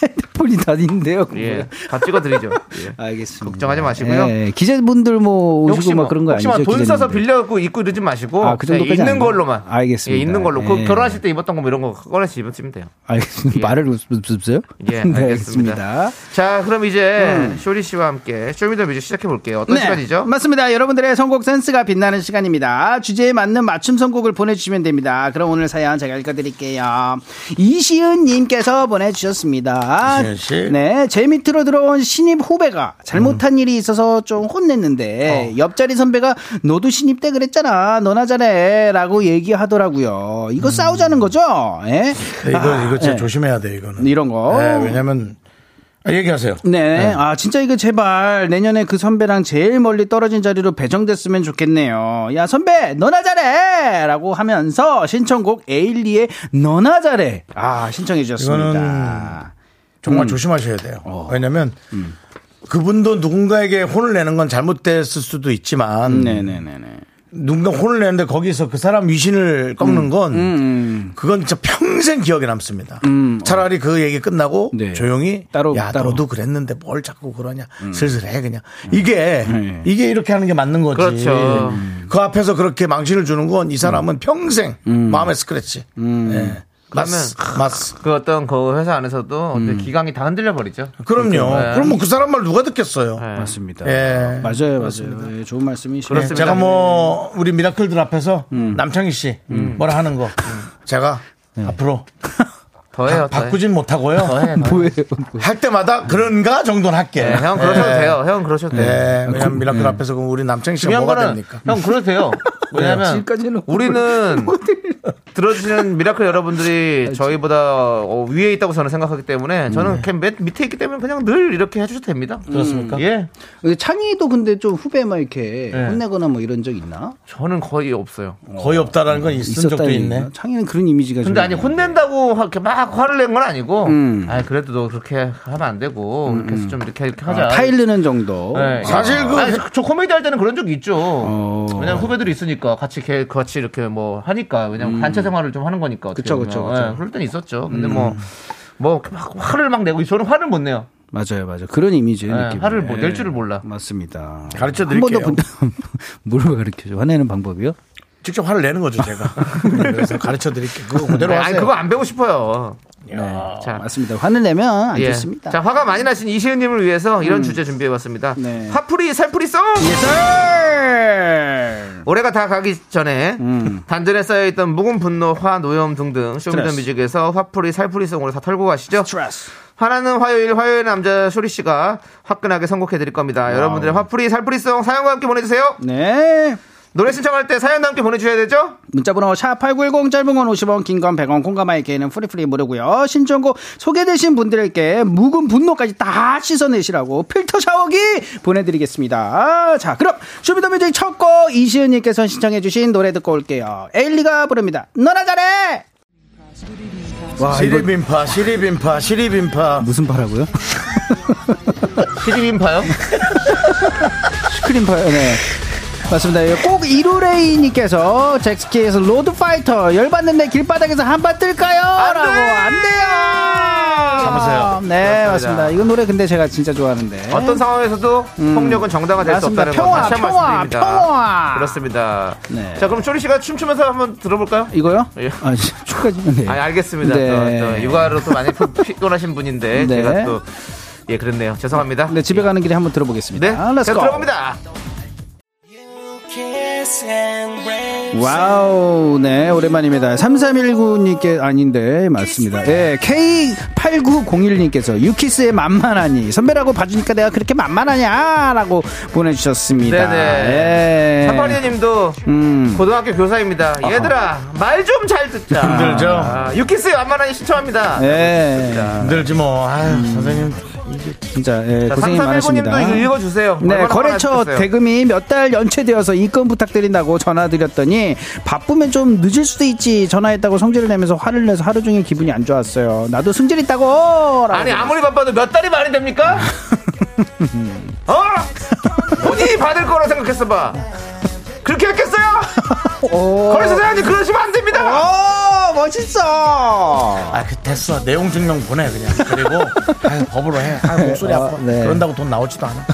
핸드폰이 다 있는데요.
예, 다 찍어드리죠. 예.
알겠습니다.
걱정하지 마시고요.
예, 기자분들 뭐 오시고 막 그런 거
예, 혹시
아니죠?
막돈 써서
기자님들?
빌려갖고 입고 이러지 마시고
아, 그 정도까지
예, 있는
안
걸로만
돼요? 알겠습니다.
예, 있는 걸로 그
예.
결혼하실 때 입었던 거 뭐 이런 거 꺼내서 입으시면 돼요.
알겠습니다.
예.
말을 없으세요? *laughs* 네,
예, 알겠습니다. 자, 그럼 이제
음.
쇼리 씨와 함께 쇼미더뮤직 시작해 볼게요. 어떤 시간이죠?
네, 맞습니다. 여러분들의 선곡 센스가 빛나는 시간입니다. 주제에 맞는 맞춤 선곡을 보내주시면 됩니다. 그럼 오늘 사연 제가 읽어드릴게요. 이시은님께서 보내주셨습니다.
이시은 씨.
네, 제 밑으로 들어온 신입 후배가 잘못한
음.
일이 있어서 좀 혼냈는데
어.
옆자리 선배가 너도 신입 때 그랬잖아. 너나 잘해라고 얘기하더라고요. 이거 싸우자는 거죠? 예?
음. 네, 이거
아,
이거 진짜
예.
조심해야 돼 이거는.
이런 거.
네, 왜냐면 아, 얘기하세요.
네. 아, 진짜 이거 제발 내년에 그 선배랑 제일 멀리 떨어진 자리로 배정됐으면 좋겠네요. 야, 선배, 너나 잘해! 라고 하면서 신청곡 에일리의 너나 잘해! 아, 신청해 주셨습니다.
정말
음.
조심하셔야 돼요.
어.
왜냐면 그분도 누군가에게 혼을 내는 건 잘못됐을 수도 있지만
음, 네네네네.
누군가 혼을 내는데 거기서 그 사람 위신을 꺾는 건 그건 진짜 평생 기억에 남습니다. 차라리 그 얘기 끝나고
네.
조용히
따로,
야
따로.
너도 그랬는데 뭘 자꾸 그러냐 슬슬 해 그냥 이게 이게 이렇게 하는 게 맞는 거지.
그렇죠.
그 앞에서 그렇게 망신을 주는 건 이 사람은 평생 마음의 스크래치. 예. 마스 마스.
그 어떤 그 회사 안에서도
음.
어떤 기강이 다 흔들려 버리죠.
그럼요.
네.
그럼 뭐 그 사람 말 누가 듣겠어요.
맞습니다.
예.
맞아요, 맞아요. 예, 좋은 말씀이시네요.
예, 제가 뭐
네.
우리 미라클들 앞에서
음.
남창희 씨 뭐라 하는 거 제가 앞으로
네. 더해요. 더해.
바꾸진 못하고요.
더해. 더해.
뭐예요?
할 때마다 그런가 정도는 할게.
네, 형 그러셔도 돼요. 형 그러셔도 돼요.
예, 왜냐면 미라클 앞에서 그럼 우리 남창희 씨가
중요한
뭐가
거는
됩니까?
형 그래도 돼요. 왜냐면
네, 지금까지는 *laughs*
우리는 들어주시는 미라클 여러분들이 저희보다 어, 위에 있다고 저는 생각하기 때문에
네.
저는 그냥 맨 밑에 있기 때문에 그냥 늘 이렇게 해주셔도 됩니다.
음.
그렇습니까?
예,
창희도 근데 좀 후배 막 이렇게 혼내거나 뭐 이런 적 있나?
저는 거의 없어요.
거의 없다라는 건 있은 적도
있었다는
있네.
얘기인가? 창희는 그런 이미지가
근데
좀
아니 혼낸다고 이렇게 막 화를 낸 건 아니고,
음.
아 그래도 너 그렇게 하면 안 되고 이렇게 해서 좀 이렇게 이렇게 하자.
어, 아, 타일르는 정도.
네.
사실 그
아니, 저, 저 코미디 할 때는 그런 적이 있죠.
어.
왜냐면 후배들이 있으니까 같이 걔 같이 이렇게 뭐 하니까 왜냐면 단체 생활을 좀 하는 거니까. 어떻게
음. 그쵸, 그쵸,
보면.
그쵸. 음.
예, 그럴 땐 있었죠. 근데 뭐, 뭐뭐막 화를 막 내고 저는 화를 못 내요.
맞아요, 맞아요. 그런 네. 이미지의
예,
느낌.
화를 뭐낼 줄을 몰라.
맞습니다.
가르쳐
한 번 더
드릴게요.
본다. *laughs* 뭘 가르쳐줘? 화내는 방법이요?
*laughs* 직접 화를 내는 거죠,
*laughs*
제가. 그래서 가르쳐 드릴게요. 그거 그대로
네, 아니
하세요.
그거 안 배우고 싶어요.
네.
자.
맞습니다. 화를 내면 안
예.
좋습니다. 음.
자 화가 많이 나신 이시은님을 위해서 이런 주제 준비해봤습니다.
네.
화풀이 살풀이송. 네. 올해가 다 가기 전에
음.
단전에 쌓여있던 묵은 분노, 화, 노염 등등 쇼미더뮤직에서 화풀이, 살풀이송으로 다 털고 가시죠. 화나는 화요일, 화요일 남자 쇼리 씨가 화끈하게 선곡해드릴 겁니다. 여러분들의 화풀이, 살풀이송 사연과 함께 보내주세요.
네.
노래 신청할 때 사연과 함께 보내주셔야 되죠.
문자번호 샵8910 짧은 건 50원, 긴 건 100원, 콩가마이케이는 프리프리 무료고요 신청곡 소개되신 분들에게 묵은 분노까지 다 씻어내시라고 필터 샤워기 보내드리겠습니다. 자, 그럼 쇼미더뮤직 첫 곡 이시은님께서 신청해주신 노래 듣고 올게요. 에일리가 부릅니다. 너나 잘해! 와, 이거
시리빈파, 시리빈파, 시리빈파.
무슨 파라고요?
시리빈파요?
슈크림 파요, 네. 맞습니다. 이거 꼭 이루레이님께서 잭스키에서 로드파이터 열받는데 길바닥에서 한바 뜰까요? 라고 안 돼요!
참으세요.
네,
그렇습니다.
맞습니다. 이건 노래 근데 제가 진짜 좋아하는데.
네. 어떤 상황에서도 폭력은 정당화될
음. 맞습니다.
수 없다는 거
평화,
다시 한 번
평화,
말씀드립니다.
평화.
그렇습니다.
네.
자 그럼 쇼리 씨가 춤추면서 한번 들어볼까요?
이거요?
예.
아, *laughs* 축하지면 돼요.
아 알겠습니다.
네.
또, 또 육아로 또 많이 피- 피곤하신 분인데
네.
제가 또 예 그랬네요. 죄송합니다.
네, 아, 집에 가는 길에 한번 들어보겠습니다.
네,
렛츠
자,
고.
들어갑니다.
와우, 네, 오랜만입니다. 3319님께, 아닌데, 맞습니다. 예, K8901님께서, 유키스의 만만하니, 선배라고 봐주니까 내가 그렇게 만만하냐? 라고 보내주셨습니다. 예.
네네. 한파리님도
네. 음.
네, 고등학교 교사입니다. 얘들아 말 좀 잘 듣자.
힘들죠?
아, 유키스 만만하게
네.
신청합니다.
예,
네.
힘들지 뭐. 아유, 선생님.
진짜, 예,
자,
고생이
3319님도
많으십니다.
이거 읽어주세요.
네,
얼마나
거래처
화나셨겠어요?
대금이 몇 달 연체되어서 입금 부탁드린다고 전화드렸더니 바쁘면 좀 늦을 수도 있지 전화했다고 성질을 내면서 화를 내서 하루 종일 기분이 안 좋았어요. 나도 승질 있다고! 라고
아니 아무리 바빠도 몇 달이 말이 됩니까? 어? 어디 받을 거라 생각했어 봐. 그렇게 했겠어요?
오.
거래처 사장님 그러시면 안
어.
됩니다.
어,
오 멋있어.
아, 그 됐어. 내용 증명 보내, 그냥. 그리고 아유, 법으로 해. 아, 목소리
어,
아파.
네.
그런다고 돈 나오지도 않아.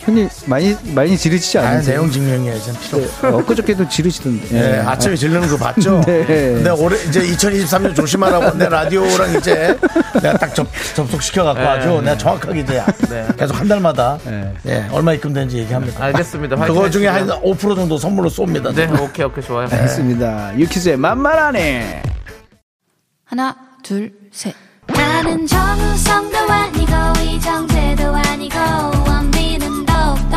형님 많이 많이 지르시지
아,
않으세요?
내용 증명이야, 이젠 필요 없어.
엊그저께도 지르시던데.
예, 아침에 질르는 거 *laughs* 봤죠?
네.
근데 올해 이제 2023년 조심하라고 내 라디오랑 이제 내가 딱 접, 접속시켜갖고
네.
아주 내가 정확하게 이제 계속 한 달마다 예, 얼마 입금되는지 얘기합니다.
알겠습니다.
그거
화이팅
중에 한
하시고요.
5% 정도 선물로 쏩니다.
네, 오케이 오케이 좋아요.
맞습니다. 유키즈의 만만하네.
하나, 둘, 셋. 나는 정우성도 아니고, 이정재도 아니고, 원빈은 더욱더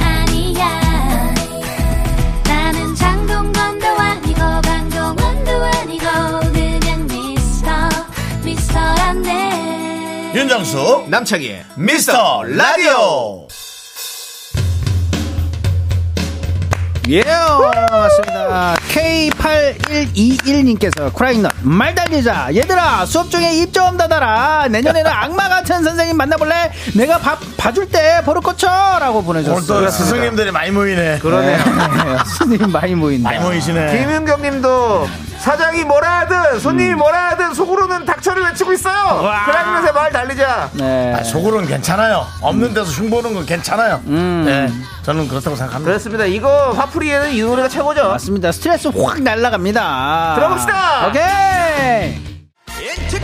아니야. 나는 장동건도 아니고, 강동원도 아니고, 그냥 미스터, 미스터란데.
윤정 윤정수
남창희의
미스터 라디오
예, 맞습니다. K8121님께서 크라잉넛 말 달리자. 얘들아, 수업 중에 입 좀 닫아라. 내년에는 악마 같은 선생님 만나볼래? 내가 밥 봐줄 때 버릇 고쳐라고
오늘 또
보내줬어요.
스승님들이 많이 모이네
*laughs*
그러네요.
스님 많이 모인다.
많이 모이시네
김윤경 님도 사장이 뭐라 하든 손님이 뭐라 하든 속으로는 닥쳐를 외치고 있어요. 그러면서 말 달리자.
네.
아, 속으로는 괜찮아요 없는 데서 흉보는 건 괜찮아요
음.
네, 저는 그렇다고 생각합니다
그렇습니다. 이거 화풀이에는 이 노래가 최고죠.
맞습니다. 스트레스 확 날라갑니다.
들어봅시다.
오케이.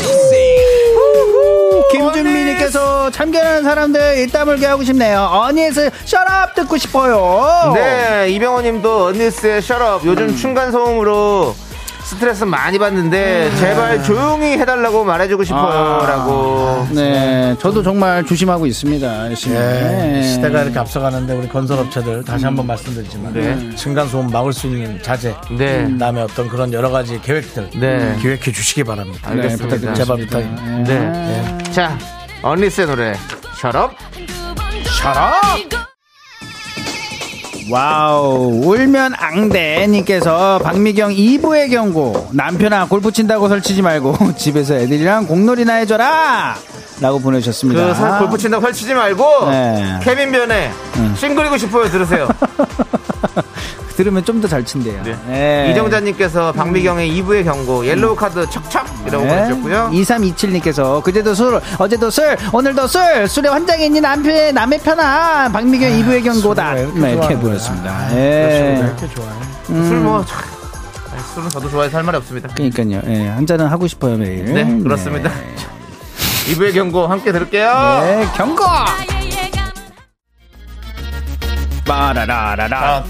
우후. 김준미님께서 참견하는 사람들 일다물게 하고 싶네요. 어니에서 셔럽 듣고 싶어요. 음.
네, 이병호님도 언니스의 셔럽 요즘 층간 소음으로 스트레스 많이 받는데
음.
제발 조용히 해달라고 말해주고 싶어요라고.
네, 저도 정말 조심하고 있습니다. 열심히.
예,
네.
시대가 이렇게 앞서가는데 우리 건설업체들 다시 한번 말씀드리지만
네.
층간소음 막을 수 있는 자재
네.
그다음에 어떤 그런 여러 가지 계획들
네.
기획해 주시기 바랍니다
알겠습니다.
제발 부탁입니다
네. 자, 언니스의 노래 셔럽.
와우, 울면 앙대님께서 박미경 2부의 경고. 남편아, 골프 친다고 설치지 말고 *laughs* 집에서 애들이랑 공놀이나 해줘라! 라고 보내주셨습니다.
그 사- 골프 친다고 펼치지 말고
네. 음.
케빈 변에 싱글이고 싶어요 들으세요.
*laughs* 들으면 좀 더 잘 친대요. *laughs* 네. 음.
이정자님께서 박미경의 2부의 경고 옐로우 카드 척척
네.
이라고 보내주셨고요.
2327님께서 예. 그제도 술, 어제도 술, 오늘도 술, 술에 환장해 있는 남편의 남의 편한 박미경 2부의 경고다.
아, 술을 왜 이렇게 좋아하는구나. 그렇죠.
네, 이렇게 보냈습니다. 예.
이렇게 좋아요
술뭐 술은 저도 좋아해서 할 말이 없습니다.
그러니까요. 예, 한 잔은 하고 싶어요, 매일.
네 그렇습니다. *laughs* 2부의 경고 함께 들을게요.
네. 네, 경고!
빠라라라라 아,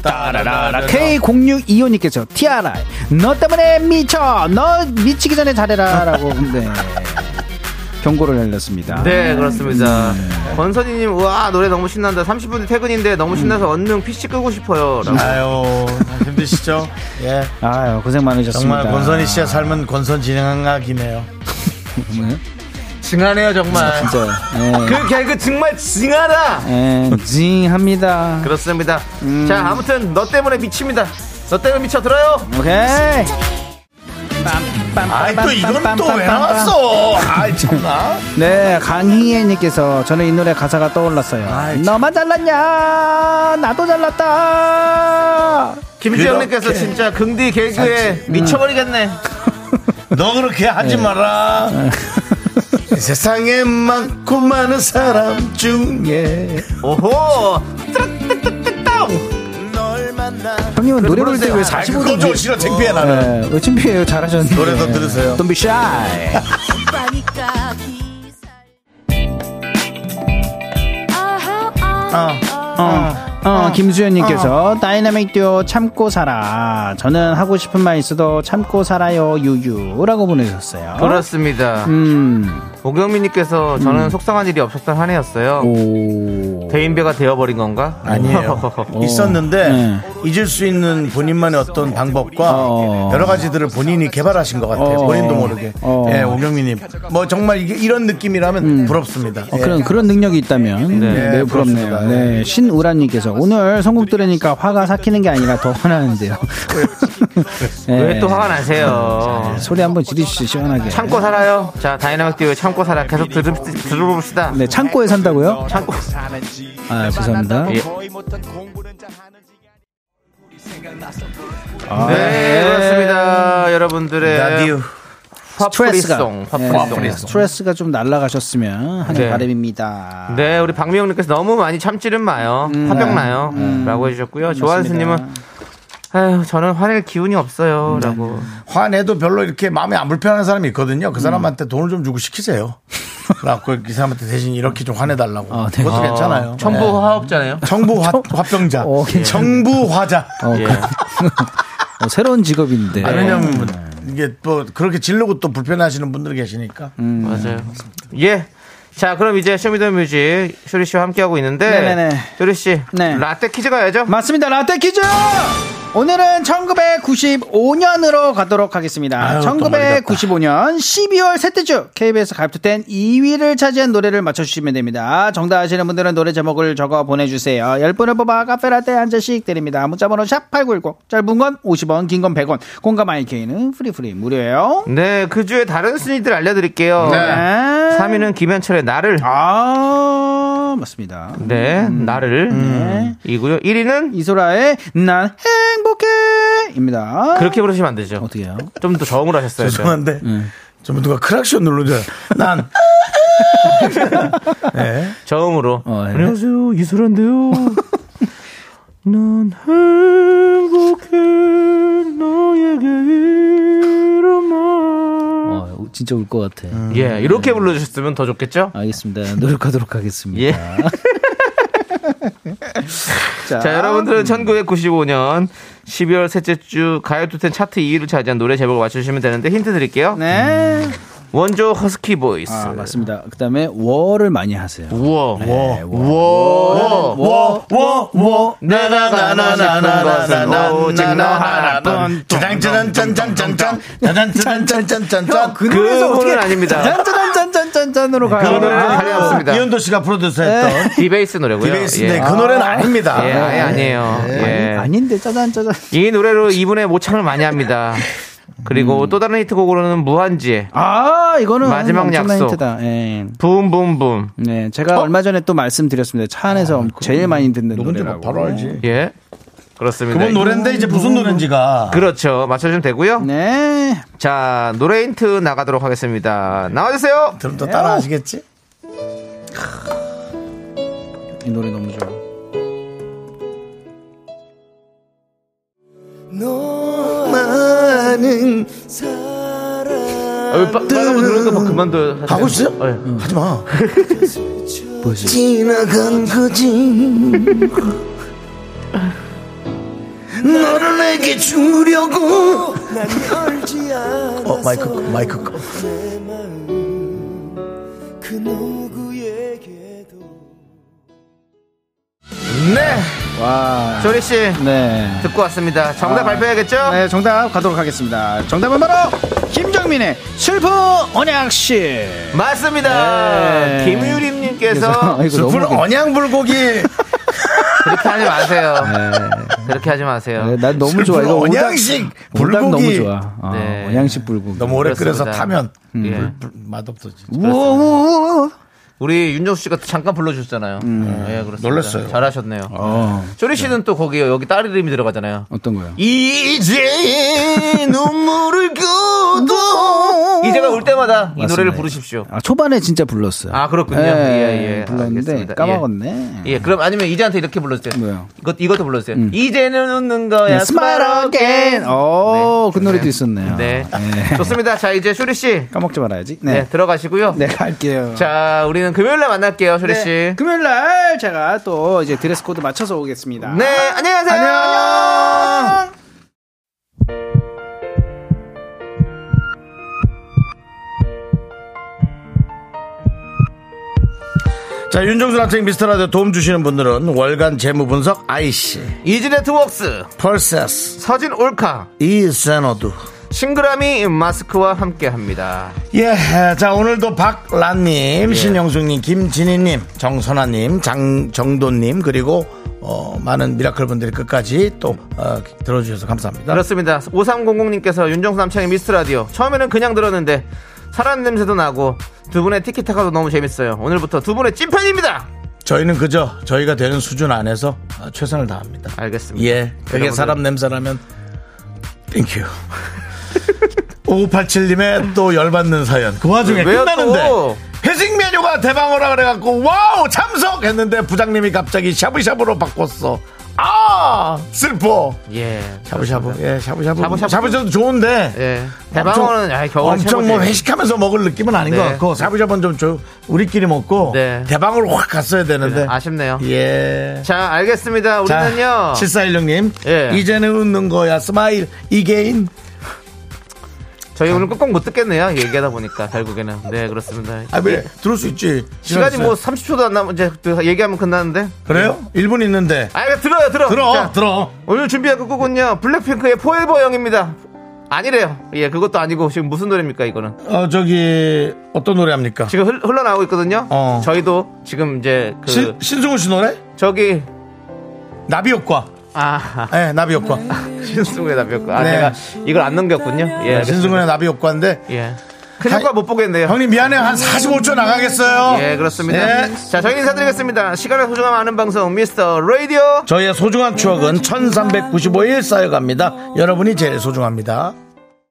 따따라라라
K0625님께서 티아라 너 때문에 미쳐 너 미치기 전에 잘해라 라고
*laughs*
네. 경고를 날렸습니다
네, 그렇습니다. 권선희님, 와 노래 너무 신난다. 30분 뒤 퇴근인데 너무 신나서 언능 PC 끄고 싶어요. 라고.
아유 힘드시죠 네. *laughs* 예
아유 고생 많으셨습니다
정말 권선희 씨의 삶은 권선 진행학이네요
징하네요 정말.
진짜 예.
그 개그 정말 징하다.
예, 징합니다
그렇습니다. 자, 아무튼 너 때문에 미칩니다. 너 때문에 미쳐 들어요.
오케이
아이 또 이건 또 왜 나왔어 아이 참나
네 강희애님께서 저는 이 노래 가사가 떠올랐어요 너만 잘났냐 나도 잘났다
김지영님께서
그렇게. 음.
진짜 긍디 개그에 미쳐버리겠네.
너 그렇게 하지 마라. 네. *laughs* 세상에 많고 많은 사람
예.
중에
오호.
널 만나.
형님은 노래 부를 때왜
아,
45도
그건 좀 싫어 창피해 나는.
네, 왜 창피해요? 잘하셨는데.
노래 더 들으세요.
Don't be shy.
아,
어, 김수현님께서 다이나믹 듀오 참고 살아. 저는 하고 싶은 말 있어도 참고 살아요, 유유라고 보내셨어요.
그렇죠. 그렇습니다.
음,
오경민님께서 저는
음.
속상한 일이 없었던 한 해였어요.
오.
대인배가 되어버린 건가?
아니에요. 어, 있었는데
어. 네.
잊을 수 있는 본인만의 어떤 방법과
어.
여러 가지들을 본인이 개발하신 것 같아요.
어.
본인도 모르게.
어.
예, 오경민님. 뭐 정말 이게 이런 느낌이라면 부럽습니다.
어,
예.
그런 그런 능력이 있다면 네,
네,
매우 부럽네요.
부럽습니다.
네, 신우라님께서 오늘 선곡 들으니까 화가 삭히는 게 아니라 더 화나는데요.
*laughs*
네,
왜 또 화가
음.
나세요?
소리 한번 지르시죠 시원하게.
참고 살아요. 자, 다이나믹 듀오 참고 살아. 계속 들, 들어봅시다.
네, 창고에 산다고요?
참고.
아, 죄송합니다.
예.
아,
네, 그렇습니다. 여러분들의
라디오.
네. 스트레스가
화풀이송, 화풀이송.
예, 스트레스가 좀 날라가셨으면 하는
네.
바람입니다.
네, 우리 박미영님께서 너무 많이 참지는 마요.
음. 네.
화병 나요. 라고 해주셨고요. 조한수님은, 아유, 저는 화낼 기운이
음.
없어요. 라고.
화내도 별로 이렇게 마음이 안 불편한 사람이 있거든요.
음.
그 사람한테 돈을 좀 주고 시키세요. 그래갖고 그 사람한테 대신 이렇게 좀 화내달라고.
아, 네.
그것도
아,
괜찮아요.
어, 첨부
네.
화업잖아요.
정부
*laughs*
화, 화병자.
어, 괜찮아요.
정부 화자.
어,
예.
어, 새로운 직업인데.
아, 왜냐면
네.
이게 또 그렇게 질르고 또 불편해하시는 분들이 계시니까.
음.
맞아요. 예. 자, 그럼 이제 쇼미더뮤직 쇼리 씨와 함께하고 있는데
네네네.
쇼리 씨
네.
라떼 퀴즈 가야죠.
맞습니다. 라떼 퀴즈! 오늘은 1995년으로 가도록 하겠습니다.
아유, 또
1995년 12월 셋째 주 KBS 가입투텐 2위를 차지한 노래를 맞춰주시면 됩니다. 정답 아시는 분들은 노래 제목을 적어 보내주세요. 10분을 뽑아 카페라떼 한 잔씩 드립니다. 문자번호 샵8910 짧은 건 50원 긴 건 100원 공감 IK는 프리프리 무료예요.
네, 그 주에 다른 순위들 알려드릴게요.
네.
3위는 김현철의 나를.
아 맞습니다.
네, 나를. 이고요. 1위는
이소라의 난 행복해입니다.
그렇게 부르시면 안 되죠.
어떻게 해요?
좀 더 저음을 하셨어요.
죄송한데 전부 누가 크락션 누르죠. *laughs* 난 네.
저음으로.
어, 네.
안녕하세요, 이소란데요. 난 행복해, 너에게 일어나.
어, 진짜 울 것 같아.
예, 이렇게 불러주셨으면 더 좋겠죠?
아, 알겠습니다. 노력하도록 하겠습니다.
예. 자, 여러분들은 1995년 12월 셋째 주 가요투텐 차트 2위를 차지한 노래 제목을 맞추시면 되는데 힌트 드릴게요.
네.
원조 허스키 보이스.
아, 맞습니다. 그 다음에 워를 많이 하세요.
우와.
네, 워.
우와.
워, 워, 워.
내가 가나 싶은 것은 오직 너 하나뿐.
짜잔짜잔짠짠짠짠 짜잔짜잔짠짠짠
그
그 노래는 아닙니다.
짠짠짠짠짠짠으로
그
가요.
노래는 가려 없습니다.
아, 이현도 씨가 *laughs* 프로듀서했던
디베이스 노래고요.
디베이스인데
예.
네. 그 노래는 아닙니다. 네.
예, 아예 아니에요.
네.
예.
아닌데, 짜잔짜잔.
이 노래로 이분의 모창을 많이 합니다. 그리고 또 다른 히트곡으로는 무한지의
아, 이거는.
마지막
엄청난
약속.
힌트다. 예.
붐붐붐.
네, 제가 얼마 전에 또 말씀드렸습니다. 차 안에서 제일 많이 듣는
누군지
노래라고.
뭐 바로 알지.
예. 그렇습니다.
그분 노래인데 이제 무슨 노래인지가
그렇죠. 맞춰주면 되고요.
네.
자, 노래 힌트 나가도록 하겠습니다. 나와주세요.
들으면 또 따라 하시겠지?
이 노래 너무 좋아.
아, 왜 빠- 빨간 거 누르니까 막 그만둬. 하세요.
하고 있어요?
어, 예.
하지 마.
지나간 거지 너를 내게 주려고 난 열지 않았어
어, 마이크 꺼, 마이크 꺼.
내 마음 그 누구에게도
네.
와.
조리 씨
네.
듣고 왔습니다. 정답
아.
발표해야겠죠?
네, 정답 가도록 하겠습니다. 정답은 바로 김정민의 슬픈 언약시.
맞습니다.
네.
김유림님께서
*laughs* 아이고,
슬픈
너무
언양불고기.
그렇게 하지 마세요. 그렇게 하지 마세요.
네, 난 너무 좋아.
슬픈
이거 오닥-
언양식
오닥 너무
불고기.
좋아. 어,
네.
언양식 불고기.
너무 오래 끓여서
그렇습니다.
타면
음.
예.
불- 맛없어지.
우와.
우리 윤정수 씨가 잠깐 불러주셨잖아요.
음.
예, 그렇습니다.
놀랐어요.
잘하셨네요.
어,
조리 씨는 또 거기 여기 딸 이름이 들어가잖아요.
어떤 거요?
이제 눈물을 고도 이제가 올 때마다 이 노래를
어. 맞습니다.
부르십시오.
아, 초반에 진짜 불렀어요.
아, 그렇군요. 예, 예.
불렀는데
알겠습니다.
까먹었네.
예, 그럼 아니면 이제한테 이렇게 불러주세요.
뭐요? 음.
이것 이것도 불러주세요. 이제는 웃는 거야.
네, smile again. 오, 그 노래도 있었네요.
네,
네.
좋습니다. 자, 이제 쇼리 씨,
*laughs* 까먹지 말아야지.
네,
네.
들어가시고요.
네, 갈게요. 네,
자, 우리는 금요일 날 만날게요,
네.
쇼리 씨.
금요일 날 제가 또 이제 드레스 코드 맞춰서 오겠습니다.
네, 안녕히 가세요. 안녕.
자, 윤정수 남창 미스터 라디오 도움 주시는 분들은 월간 재무 분석 IC,
이지 네트웍스,
펄세스,
서진 올카,
이세노두.
싱그라미 마스크와 함께합니다.
예, 자, 오늘도
예.
박란님, 신영숙님, 김진희님, 정선아님, 장정도님, 그리고, 어, 많은 미라클 분들이 끝까지 또, 어, 들어주셔서 감사합니다.
그렇습니다. 5300님께서 윤정수 남창의 미스트 라디오. 처음에는 그냥 들었는데 사람 냄새도 나고 두 분의 티키타카도 너무 재밌어요. 오늘부터 두 분의 찐팬입니다.
저희는 그저 저희가 되는 수준 안에서 어, 최선을 다합니다.
알겠습니다.
예, 그게
여러분들.
사람 냄새라면, 땡큐. 5987님의 또 열받는 사연. 그 와중에
왜요
끝나는데
또?
회식 메뉴가 대방어라 그래갖고 와우 참석 했는데 부장님이 갑자기 샤브샤브로 바꿨어. 아 슬퍼.
예.
샤브샤브. 예, 샤브샤브.
샤브샤브.
샤브샤브도 좋은데.
예. 대방어는 아이, 겨우
엄청 뭐
해보세요.
회식하면서 먹을 느낌은 아닌
네.
것 같고 샤브샤브는 좀 조, 우리끼리 먹고
네.
대방으로 확 갔어야 되는데.
아쉽네요.
예.
자, 알겠습니다. 우리는요.
7416님.
예.
이제는 웃는 거야. 스마일 이게인.
저희 오늘 꼭꼭 못 듣겠네요. 얘기하다 보니까 결국에는 네 그렇습니다.
아, 왜? 들을 수 있지.
시간이
있어요.
뭐 30초도 안 남은 이제 그 얘기하면 끝나는데.
그래요? 1분 있는데.
아, 이거 들어요, 들어.
들어,
자,
들어.
오늘 준비한 곡은요 블랙핑크의 포에버 영입니다. 아니래요. 예, 그것도 아니고 지금 무슨 노래입니까 이거는?
어, 저기, 어떤 노래 합니까?
지금 흘, 흘러나오고 있거든요.
어.
저희도 지금 이제 그
신, 신승훈 씨 노래?
저기
나비 효과.
아 *laughs*
예, 나비 효과.
신승우의 남편. 아
네.
제가 이걸 안 넘겼군요. 예, 알겠습니다.
신승훈의 나비 효과인데.
예. 큰
아,
효과 못 보겠네요.
형님 미안해요. 한 45초 나가겠어요.
예, 그렇습니다.
네.
자, 저희 인사드리겠습니다. 시간의 소중함 아는 방송 미스터 라디오.
저희의 소중한 추억은 1395일 쌓여갑니다. 여러분이 제일 소중합니다.